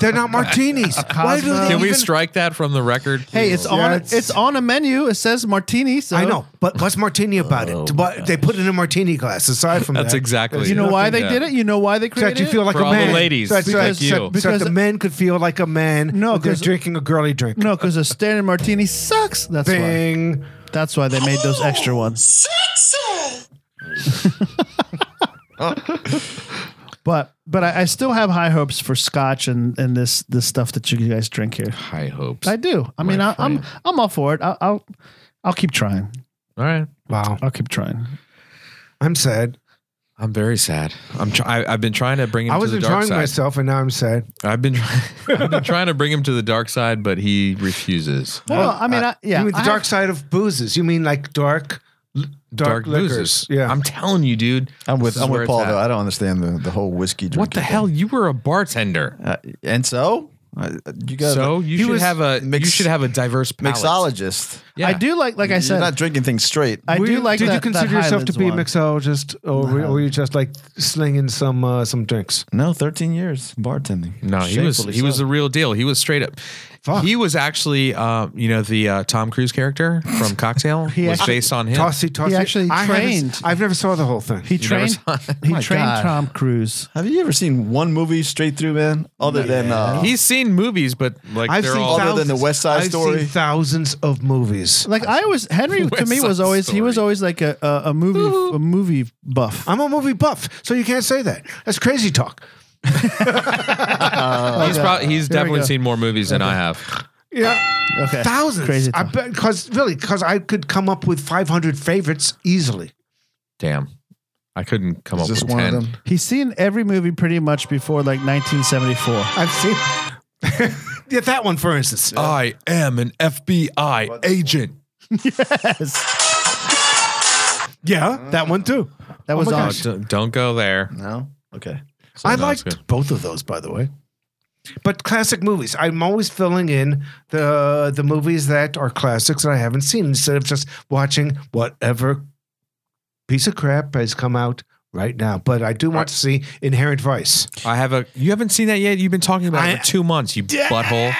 S6: They're not martinis. Why do
S5: Cosmo.
S6: they
S5: Can
S1: Can we
S6: even-
S1: strike that from the record?
S5: Hey, it's on.
S6: Yeah,
S5: It's,
S6: it's-
S5: on a menu. It says martini. So
S6: I know, but what's martini about it? What they put it in a martini glass. Aside from
S1: That's
S6: that,
S1: exactly.
S5: You know why they
S1: Yeah.
S5: did it. You know why they
S6: So that
S5: created
S6: you feel
S5: it.
S6: like
S1: For
S6: a
S1: all the
S6: man.
S1: ladies,
S6: That's
S1: like
S6: right.
S1: you.
S6: So, so
S5: Because-
S6: the men could feel like a man.
S5: No,
S6: when they're
S5: 'cause-
S6: drinking a girly drink.
S5: no, because a standard martini sucks. That's why.
S6: Bing.
S5: That's why they made those extra ones.
S10: Sexy!
S5: But but I, I still have high hopes for Scotch and and this this stuff that you guys drink here.
S1: High hopes.
S5: I do. I mean, I,
S1: My
S5: I'm
S1: friend.
S5: I'm all for it. I'll, I'll I'll keep trying.
S1: All right.
S6: Wow,
S5: I'll keep trying.
S6: I'm sad.
S1: I'm very sad. I'm. Try- I, I've been trying to bring him
S6: I
S1: to
S6: was
S1: the dark
S6: enjoying
S1: side.
S6: myself, and now I'm sad.
S1: I've been. Try- I've been trying to bring him to the dark side, but he refuses.
S5: Well, I Uh, mean, I, yeah.
S6: you mean the
S5: I
S6: dark
S5: have-
S6: side of boozes? You mean like dark, l-
S1: Dark,
S6: dark, liquors?
S1: loses.
S6: Yeah,
S1: I'm telling you, dude.
S8: I'm with
S1: This is
S8: I'm
S1: where
S8: with
S1: it's
S8: Paul
S1: at.
S8: though. I don't understand the, the whole whiskey drink.
S1: What the hell? You were a bartender.
S8: Uh, and so Uh, you got
S1: So you
S8: He
S1: should
S8: was
S1: have a
S8: mix-
S1: you should have a diverse palate.
S8: mixologist.
S1: Yeah.
S5: I do like like I
S8: You're
S5: said.
S8: not drinking things straight.
S5: I
S6: Were
S5: do
S6: you-
S5: like.
S6: Did
S5: that,
S6: you consider
S5: that
S6: yourself to
S5: Highlands
S6: be a
S5: one.
S6: mixologist, or were, were you just like slinging some uh, some drinks?
S8: no, 13 years bartending.
S1: No, he was
S8: Shamefully
S1: he was
S8: so.
S1: the real deal. He was straight up.
S6: Fuck.
S1: He was actually, uh, you know, the uh, Tom Cruise character from Cocktail was
S5: actually-
S1: based on him.
S6: Tossy, tossy.
S5: actually
S6: I haven't s-
S5: trained.
S6: I've never saw the whole thing.
S5: He
S1: never
S5: trained.
S1: saw-
S5: He
S8: My
S5: trained
S8: God.
S5: Tom Cruise.
S8: Have you ever seen one movie straight through, man? Other than uh,
S1: He's seen movies, but like
S6: I've
S1: they're
S6: seen
S1: all
S8: thou- Other than the West Side
S6: I've
S8: Story.
S6: seen thousands of movies.
S5: Like I was Henry to
S1: West
S5: me was
S1: Side
S5: always he was
S1: Story.
S5: always like a a, a movie a movie buff.
S6: I'm a movie buff, so you can't say that. That's crazy talk.
S1: he's prob- he's
S5: we
S1: definitely
S5: go.
S1: seen more movies than I have.
S6: Yeah,
S5: okay.
S6: thousands.
S5: Crazy
S6: I
S5: talk.
S6: bet because really, because I could come up with 500 favorites easily.
S1: Damn, I couldn't come
S8: is
S1: up
S8: this
S1: with
S8: one
S1: ten.
S8: of them?
S5: He's seen every movie pretty much before like 1974.
S6: I've seen yeah, that one, for instance.
S1: I am an FBI agent.
S5: yes.
S1: Ah.
S6: Yeah, that one too.
S5: That was
S6: my
S8: Oh,
S5: on.
S6: gosh.
S1: Uh, Don't, don't go there.
S9: No? Okay.
S6: I
S1: no, it's
S6: liked
S1: good.
S6: both of those, by the way. But classic movies. I'm always filling in the the movies that are classics that I haven't seen instead of just watching whatever piece of crap has come out right now. But I do want to see Inherent Vice.
S1: I have a. You haven't seen that yet. You've been talking about it
S6: I-
S1: for two months. You butthole.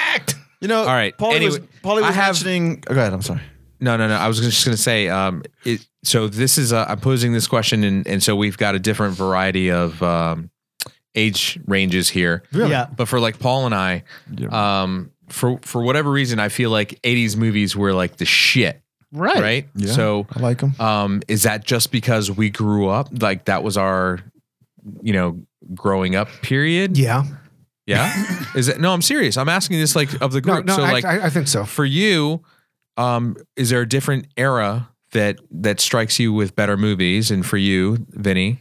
S9: You know,
S1: All right,
S9: Paulie was,
S1: anyway,
S9: Paulie was
S1: I have-
S9: mentioning. Oh, go ahead. I'm sorry.
S1: No, no, no. I was just going to say. Um, it, so this is. i I'm posing this question, and and so we've got a different variety of um, age ranges here.
S5: Yeah.
S1: But for like Paul and I, um, for for whatever reason, I feel like 80s movies were like the shit,
S5: Right.
S1: right? So,
S9: I like him.
S1: um, is that just because we grew up? Like that was our, you know, growing up period.
S6: Yeah.
S1: Yeah. is it? No, I'm serious. I'm asking this like of the
S6: No,
S1: group.
S6: no,
S1: so
S6: I,
S1: like
S6: I, I think so.
S1: for you, um, is there a different era that that strikes you with better movies? And for you, Vinny,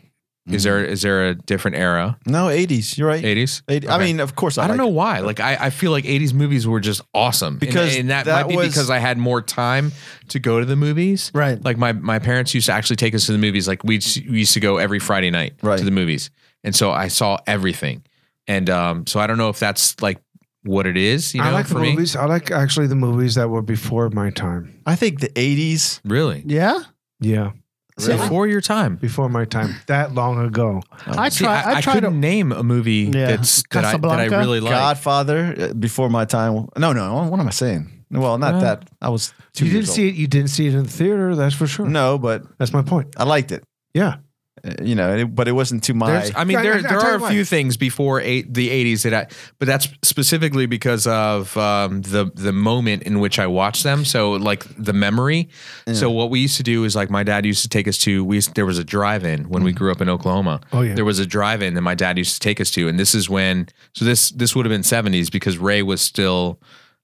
S1: is there is there a different era?
S9: No, 80s. You're right. 80s.
S1: 80s.
S9: Mm-hmm. I
S1: Okay.
S9: mean, of course. I,
S1: I, don't
S9: like
S1: know why. Like I, I feel like 80s movies were just awesome. And-
S9: Because
S1: and, that,
S9: that
S1: might be
S9: was-
S1: because I had more time to go to the movies.
S5: Right.
S1: Like my my parents used to actually take us to the movies. Like we s- we used to go every Friday night
S9: Right.
S1: to the movies. And so I saw everything. And um so I don't know if that's like what it is, you know,
S6: I like
S1: for
S6: the
S1: me.
S6: movies. I like actually the movies that were before my time.
S9: I think the 80s.
S1: Really?
S5: Yeah.
S6: Yeah,
S1: Before your time.
S6: before my time. That long ago.
S5: I
S1: See,
S5: try. I,
S1: I,
S5: try
S1: couldn't
S5: to.
S1: name a movie
S5: Yeah.
S1: that's that I, that I
S5: Casablanca?
S1: really like.
S9: Godfather uh, before my time. No, no. What am I saying? Well, not
S1: Uh,
S9: that. I was two
S6: You
S9: years
S6: didn't see it. You didn't see it in the theater. That's for sure.
S9: old. No, but
S6: That's my point.
S9: I liked it.
S6: Yeah.
S9: Uh, You know, it, but it wasn't to my.
S1: There's, I mean,
S6: I- I-
S1: there,
S6: I
S1: there
S6: tell
S1: are
S6: you
S1: a
S6: what.
S1: few things before eight, the 80s that I, but that's specifically because of um, the the moment in which I watched them. So like the memory. So what we used to do is like my dad used to take us to. We used, there was a drive-in
S5: Mm.
S1: when we grew up in Oklahoma.
S6: Oh, yeah.
S1: There was a drive-in that my dad used to take us to, and this is when. So this this would have been 70s because Ray was still,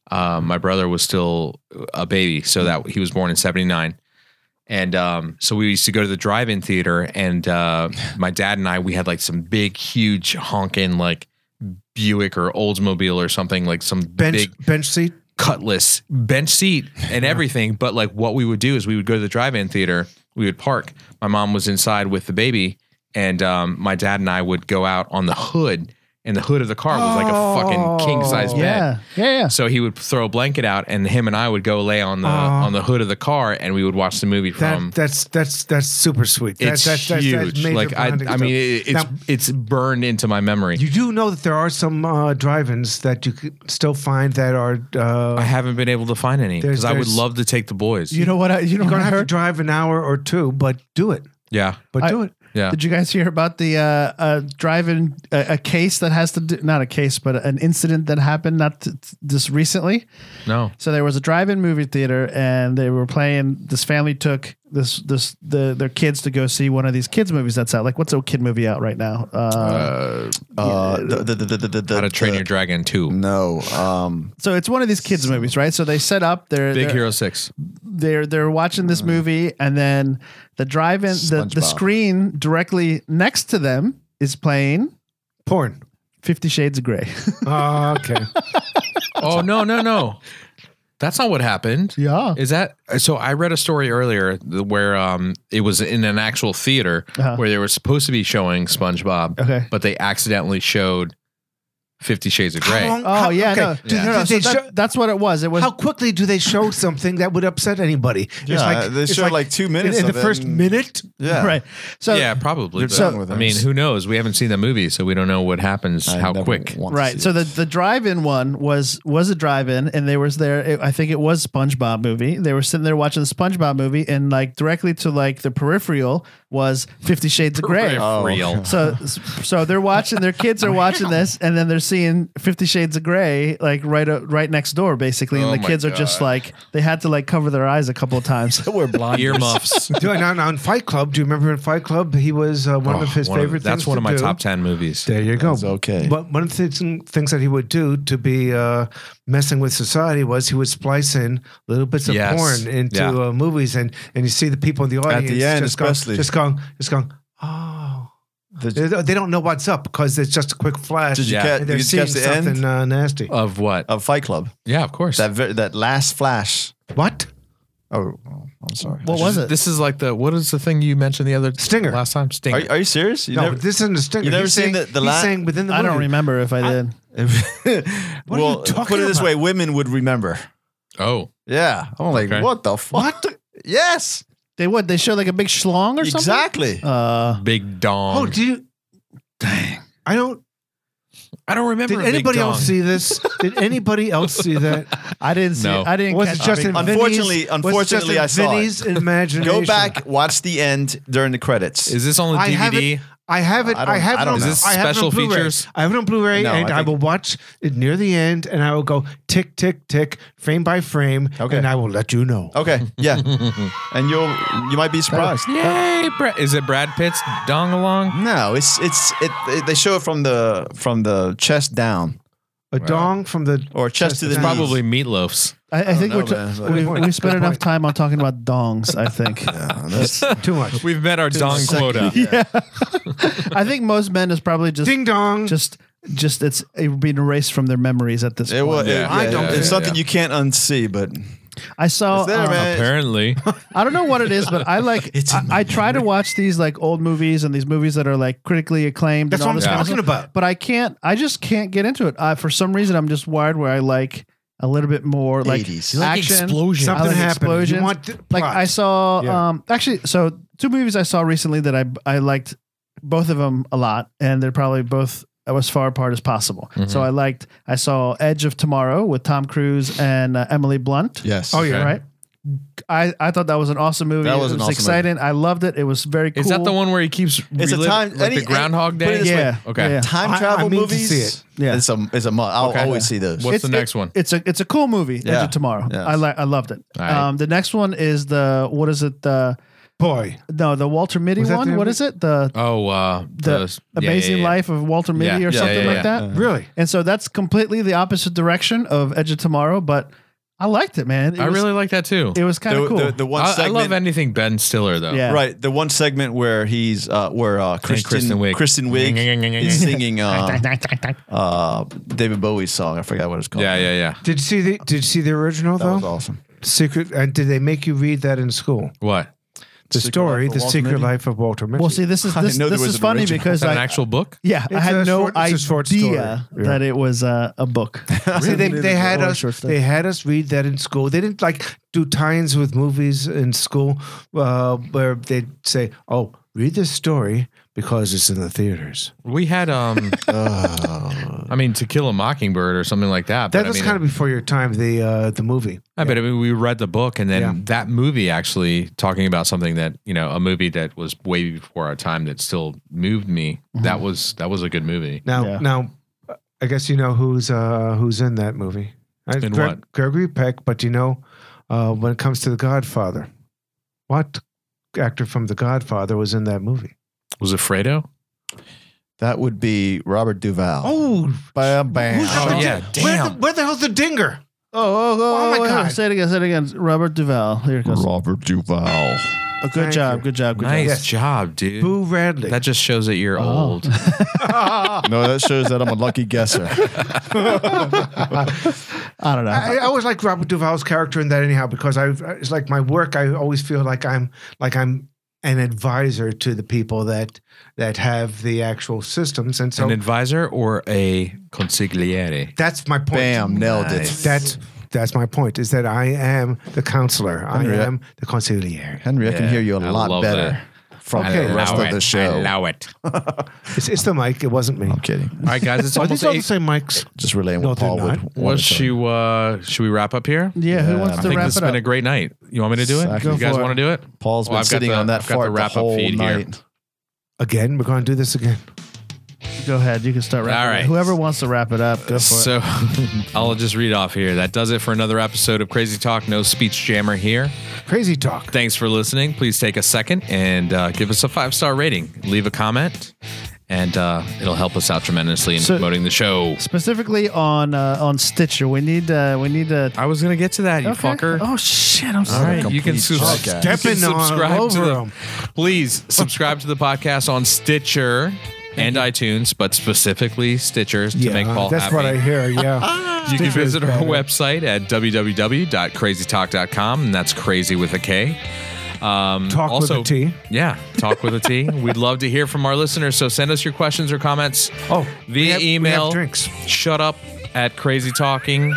S1: um, my brother was still a baby. So that he was born in 79. And um, so we used to go to the drive-in theater, and uh, my dad and I we had like some big, huge honking like Buick or Oldsmobile or something like some
S6: Bench
S1: big
S6: bench seat.
S1: cutlass bench seat and everything. But like what we would do is we would go to the drive-in theater, we would park. My mom was inside with the baby, and um, my dad and I would go out on the hood, and the hood of the car was like a fucking
S6: Oh,
S1: king-size bed.
S5: Yeah. Yeah. Yeah.
S1: So he would throw a blanket out, and him and I would go lay on the on the hood of the car, and we would watch the movie
S6: Uh-huh. That,
S1: from.
S6: that's that's that's super sweet. That-
S1: Um, it's
S6: that's, that's, that's
S1: huge.
S6: major
S1: like I,
S6: bonding
S1: I
S6: stuff.
S1: mean, it, it's
S6: Now,
S1: it's burned into my memory.
S6: you do know that there are some uh, drive-ins that you could still find that are. Uh,
S1: I haven't been able to find any
S6: There's-
S1: because I would
S6: there's-
S1: love to take the boys.
S5: You know what? I, you know
S6: you're
S5: what
S6: gonna
S5: I
S6: have to
S5: heard.
S6: drive an hour or two, but do it.
S1: yeah,
S6: But
S5: I-
S6: do it.
S1: yeah.
S5: Did you guys hear about the uh, uh, drive-in uh, a case that has to do, not a case but an incident that happened not t- t- just recently?
S1: no,
S5: So there was a drive-in movie theater, and they were playing. This family took this this the their kids to go see one of these kids movies that's out. Like what's a kid movie out right now? Uh,
S9: uh, the, the, the, the, the, the,
S1: How to Train
S9: the-
S1: Your Dragon Two,
S9: No. Um,
S5: so it's one of these kids movies, right? So they set up their
S1: Big
S5: their,
S1: Hero Six.
S5: they're they're watching this movie and then the drive-in the, the
S9: SpongeBob.
S5: screen directly next to them is playing
S6: Porn.
S5: 50 shades of gray
S6: Oh, okay.
S1: Oh no, no, no. That's not what happened.
S5: yeah
S1: Is that so? I read a story earlier th- where um it was in an actual theater
S5: Uh-huh.
S1: where they were supposed to be showing SpongeBob,
S5: Okay.
S1: but they accidentally showed Fifty Shades of Grey.
S5: oh yeah, no.
S6: Do-
S5: No, no,
S6: did
S5: so
S6: they
S5: that-
S6: show-
S5: that's what it was it was
S6: How quickly do they show something that would upset anybody?
S9: Yeah, they
S6: it's
S9: showed like two minutes
S6: in, in
S9: of
S6: the
S9: it
S6: first
S9: and-
S6: minute.
S9: yeah.
S5: right so
S1: yeah, probably.
S9: They're
S1: but-
S9: done with
S1: I
S9: us.
S1: mean, who knows? We haven't seen the movie, so we don't know what happens,
S9: I
S1: how
S9: never
S1: quick.
S9: want to see
S5: Right, so
S9: it.
S5: the, the drive-in one was was a drive-in, and they was there. It, I think it was SpongeBob movie. They were sitting there watching the SpongeBob movie, and like directly to like the peripheral was Fifty Shades of Grey.
S1: Real.
S5: So, so they're watching. Their kids are watching this, and then they're seeing Fifty Shades of Grey, like right, o- right next door, basically. And
S1: Oh
S5: the
S1: my
S5: kids are just
S1: God.
S5: like they had to like cover their eyes a couple of times.
S9: We're blind.
S1: Earmuffs.
S6: Do I not on Fight Club? Do you remember in Fight Club? He was uh, one
S1: Oh,
S6: of his
S1: one
S6: favorite.
S1: That's
S6: things
S1: one
S6: to
S1: of my
S6: do.
S1: top 10 movies.
S6: There you go.
S9: That's okay.
S6: But one of the things, things that he would do to be uh, messing with society was he would splice in little bits of
S1: Yes.
S6: porn into
S1: Yeah.
S6: uh, movies, and and you see the people in the audience
S9: end
S6: just going,
S9: especially.
S6: just going, just going, oh, They they don't know what's up because it's just a quick flash.
S7: Did you
S1: Yeah.
S7: catch?
S6: and
S7: you
S6: they're
S7: catch
S6: seeing
S7: the end
S6: something uh, nasty.
S1: Of what?
S7: of Fight Club?
S1: Oh, yeah, of course.
S7: That ver- that last flash.
S6: what?
S7: Oh, oh, I'm sorry.
S5: What was it?
S1: This is like the what is the thing you mentioned the other
S6: Stinger.
S1: last time? Stinger.
S7: Are, you- are you serious? You
S6: no,
S7: never-
S6: but this isn't a stinger.
S7: You never
S6: He's
S7: seen
S6: saying,
S7: the- the
S6: he's
S7: la-
S6: saying within the
S5: I don't
S6: movie.
S5: remember if I did.
S6: What are
S7: well,
S6: you talking
S7: put it this
S6: about?
S7: way: women would remember.
S1: oh,
S7: Yeah, I'm like,
S1: Okay.
S7: what the fuck? Yes,
S5: They would. They show like a big schlong or something.
S7: exactly.
S5: Uh,
S1: Big Dong.
S6: Oh, do you? Dang. I don't.
S1: I don't remember.
S6: Did
S1: a Big
S6: anybody
S1: Dong.
S6: else see this? Did anybody else see that?
S5: I didn't see.
S1: No.
S5: It. I didn't.
S6: Was
S5: catch
S6: it just
S5: big
S6: in
S5: Dong.
S6: Vinny's?
S7: Unfortunately-
S6: was it
S7: unfortunately, I
S6: just in
S7: saw it.
S6: Vinny's imagination?
S7: Go back, watch the end during the credits.
S1: Is this on the
S6: I have
S1: DVD?
S6: I have it.
S7: I
S6: I,
S7: don't-
S6: have
S7: I
S6: it.
S7: don't
S6: on-
S7: know. Is
S1: this
S6: I have it on
S1: special
S6: Blu-ray.
S1: features?
S6: I have it on Blu-ray,
S7: No, I
S6: and I,
S7: think-
S6: will watch it near the end, and I will go tick, tick, tick, frame by frame,
S7: Okay. Oh,
S6: and I will let you know.
S7: okay, yeah, and you'll you might be surprised.
S1: Yay! Brad, is it Brad Pitt's Dong along?
S7: No, it's it's it, it. They show it from the from the chest down
S6: A dong from the
S7: or chest, to the
S1: It's
S7: knees.
S1: probably meatloafs.
S5: I, I think
S7: know,
S5: we're t-
S7: man. It's like-
S5: we,
S6: Good point.
S5: we spent
S6: Good
S5: enough
S6: point.
S5: time on talking about dongs. I think.
S1: Ah.
S6: too much.
S1: We've met our Dong quota.
S7: second.
S5: yeah. I think most men is probably just
S6: Ding dong.
S5: just just it's being erased from their memories at this
S7: It
S5: point.
S7: was.
S1: Yeah,
S7: I
S6: yeah,
S7: don't.
S6: yeah,
S7: it's
S1: yeah,
S7: something
S1: yeah.
S7: you can't unsee. But
S5: I saw.
S7: It's there,
S5: um,
S7: man.
S1: Apparently,
S5: I don't know what it is, but I like. I, I try to watch these like old movies and these movies that are like critically acclaimed.
S6: That's
S5: and all
S6: what
S5: this
S6: I'm
S5: kind of
S6: talking
S5: stuff,
S6: about.
S5: But I can't. I just can't get into it. I, for some reason, I'm just wired where I like a little bit more like
S7: 80s. You
S5: action, explosion,
S6: Something happened. You want th-
S5: like
S6: plot.
S5: I saw.
S6: Yeah.
S5: Um, actually, so two movies I saw recently that I I liked both of them a lot, and they're probably both as far apart as possible.
S1: Mm-hmm.
S5: So I liked. I saw Edge of Tomorrow with Tom Cruise and uh, Emily Blunt.
S7: yes.
S6: Oh yeah.
S5: Right. I, I thought that was an awesome movie.
S7: That was
S5: it
S7: an
S5: was
S7: awesome
S5: exciting. I loved it. It was very cool.
S1: is that the one where he keeps?
S7: It's a
S1: reliv-
S7: time-
S1: like
S7: any-
S1: the Groundhog
S7: put it
S1: Day.
S7: this way.
S5: Yeah.
S1: Okay.
S5: Yeah.
S7: Time
S6: I- I
S7: travel
S6: mean to
S7: movies.
S6: see it.
S5: Yeah.
S7: It's a it's a must. I'll
S1: Okay.
S7: always see those.
S1: What's the
S5: It's-
S1: next
S5: it-
S1: one?
S5: It's a it's a cool movie. Edge
S7: Yeah.
S5: of Tomorrow.
S7: Yes.
S5: I li- I loved it.
S1: All right.
S5: Um, the next one is the what is it the
S6: Boy.
S5: no the Walter Mitty
S6: Was that
S5: one.
S6: the-
S5: What is it the
S1: Oh, uh,
S5: the
S1: yeah, yeah,
S5: Amazing
S1: yeah.
S5: Life of Walter Mitty
S1: Yeah.
S5: or
S1: Yeah,
S5: something
S1: yeah,
S5: like
S1: yeah. Uh-huh.
S5: that.
S6: Really?
S5: And so that's completely the opposite direction of Edge of Tomorrow, but I liked it, man. It
S1: I
S5: was,
S1: really like that too.
S5: it was kind
S7: the,
S5: of cool.
S7: the, the one
S1: I, I
S7: segment.
S1: love anything Ben Stiller though.
S5: Yeah.
S7: Right, the one segment where he's uh, where uh, Kristen
S1: Kristen Wiig.
S7: Kristen Wiig is singing uh, uh, David Bowie's song. I forgot what it's called.
S1: Yeah, yeah, yeah.
S6: Did you see the Did you see the original
S7: That
S6: though?
S7: was awesome.
S6: Secret. And did they make you read that in school?
S1: What?
S6: The
S7: Secret
S6: story,
S7: Life of
S6: The
S7: Walter
S6: Secret
S7: Mitty?
S6: Life of Walter Mitty.
S5: well, see, this is
S7: I didn't
S5: this,
S7: know there
S5: this
S7: was
S5: is
S7: an
S5: funny
S7: original.
S1: Is
S5: because
S1: that an
S5: I
S1: actual book?
S5: yeah I
S6: It's
S5: had
S6: a
S5: no
S6: short- it's a short story.
S5: idea
S6: Yeah.
S5: that it was uh, a book.
S1: Oh
S6: See, they, they had
S7: Oh,
S5: Or a
S6: us.
S5: short story.
S6: They had us read that in school. They didn't like do tie-ins with movies in school, uh, where they'd say, "Oh, read this story because it's in the theaters."
S1: We had um I mean To Kill a Mockingbird or something like that.
S6: That
S1: but
S6: was
S1: I mean,
S6: kind of before your time. The uh, the movie.
S1: I bet I mean, we read the book and then
S6: Yeah.
S1: that movie actually talking about something that, you know, a movie that was way before our time that still moved me.
S6: Mm-hmm.
S1: That was that was a good movie.
S6: Now,
S5: Yeah.
S6: now, I guess you know who's uh, who's in that movie. I-
S1: In what?
S6: Gregory Peck, but you know, uh, when it comes to The Godfather, what actor from The Godfather was in that movie?
S1: Was it Fredo?
S7: That would be Robert Duvall.
S6: Oh,
S7: bam, bam.
S1: Oh, yeah.
S6: where the,
S1: Damn.
S6: where the hell's the dinger?
S5: Oh, oh, oh,
S6: Oh, my
S5: oh,
S6: God.
S5: Say it again. Say it again. Robert Duvall. Here it goes.
S7: Robert Duvall.
S5: Oh, good
S6: Thank
S5: job.
S6: you.
S5: Good job. Good
S1: Nice
S5: job.
S6: Yes.
S1: job, dude.
S6: oh. Boo Radley.
S1: That just shows that you're old.
S7: no, that shows that I'm a lucky guesser.
S5: I don't know.
S6: I, I always like Robert Duvall's character in that anyhow because I it's like my work. I always feel like I'm like I'm an advisor to the people that that have the actual systems, and so
S1: An advisor or a consigliere?
S6: that's my point.
S7: Bam, nailed it.
S6: That's that's my point. Is that I am the counselor. I
S7: Henry, I-
S6: am the consigliere.
S7: Henry, I can
S1: Yeah,
S7: hear you a
S1: I
S7: lot
S1: love
S7: better from
S1: I
S7: the rest
S1: allow
S7: of the
S1: it.
S7: show.
S1: I allow it. All
S6: It's, it's the mic. It wasn't me.
S7: I'm kidding.
S1: right, guys, it's
S6: Are these
S1: almost
S6: all the
S1: eight.
S6: same mics?
S7: Just relaying
S6: No,
S7: what
S6: they're
S7: Paul would.
S6: not.
S7: wanted
S1: Was
S7: to-
S1: she? Uh, should we wrap up here?
S5: yeah, Who wants
S7: I
S5: to
S1: I think
S5: wrap
S1: this
S5: it
S1: has been
S5: up?
S1: a great night. You want me to do it?
S7: Exactly.
S5: Go
S1: You guys
S5: for it.
S1: want to do it?
S7: Paul's been
S1: Well, Oh, I've got
S7: sitting
S1: the-
S7: on that
S1: I've got the
S7: fart the,
S1: wrap-up
S7: whole
S1: feed here.
S7: night.
S6: Again, we're going to do this again.
S5: Go ahead. You can start wrapping.
S1: All
S5: it up.
S1: right.
S5: Whoever wants to wrap it up, go for it.
S1: So I'll just read off here. That does it for another episode of Crazy Talk. No speech jammer here.
S6: Crazy talk.
S1: Thanks for listening. Please take a second and uh, give us a five star rating. Leave a comment. and uh, it'll help us out tremendously in
S5: So-
S1: promoting the show.
S5: Specifically on uh, on Stitcher, we need uh, we need to.
S1: I was gonna get to that, you fucker.
S5: Oh shit! I'm
S1: All
S5: sorry.
S1: right, you can,
S9: complete
S1: sus-
S9: podcast.
S1: you can
S6: Stepping on
S1: subscribe
S6: over
S1: to the,
S6: 'em.
S1: Please subscribe to the podcast on Stitcher and iTunes, but specifically Stitcher to make Paul
S6: that's
S1: happy.
S6: what I hear. Yeah,
S1: You can
S6: Stitcher is
S1: visit our
S6: better.
S1: website at www.crazytalk.com, and that's crazy with a K. Um,
S6: Talk with
S1: also,
S6: a T.
S1: Yeah, talk with a T. We'd love to hear from our listeners, so send us your questions or comments
S6: Oh, we
S1: via
S6: have- we have
S1: email.
S6: drinks.
S1: Shut up at crazy talking,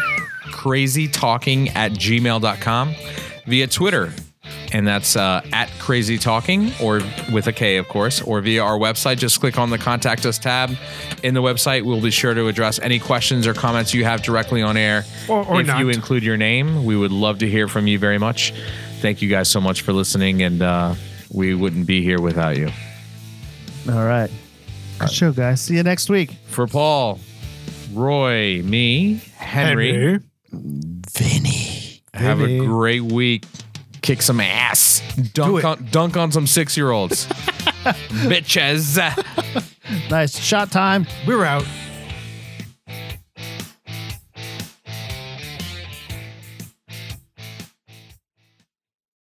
S1: crazy talking at gmail.com, via Twitter. And that's uh, at crazy talking or with a K, of course, or via our website. Just click on the contact us tab in the website. We'll be sure to address any questions or comments you have directly on air.
S6: Or- or
S1: if
S6: not.
S1: you include your name, we would love to hear from you very much. Thank you guys so much for listening, and uh, we wouldn't be here without you.
S5: All right. Good show, guys. See you next week.
S1: For Paul, Roy, me, Henry,
S6: Henry.
S1: have a
S6: Henry.
S1: great week. Kick some ass. Dunk
S6: it.
S1: on dunk on some six year olds. Bitches.
S5: Nice shot time.
S6: We're out.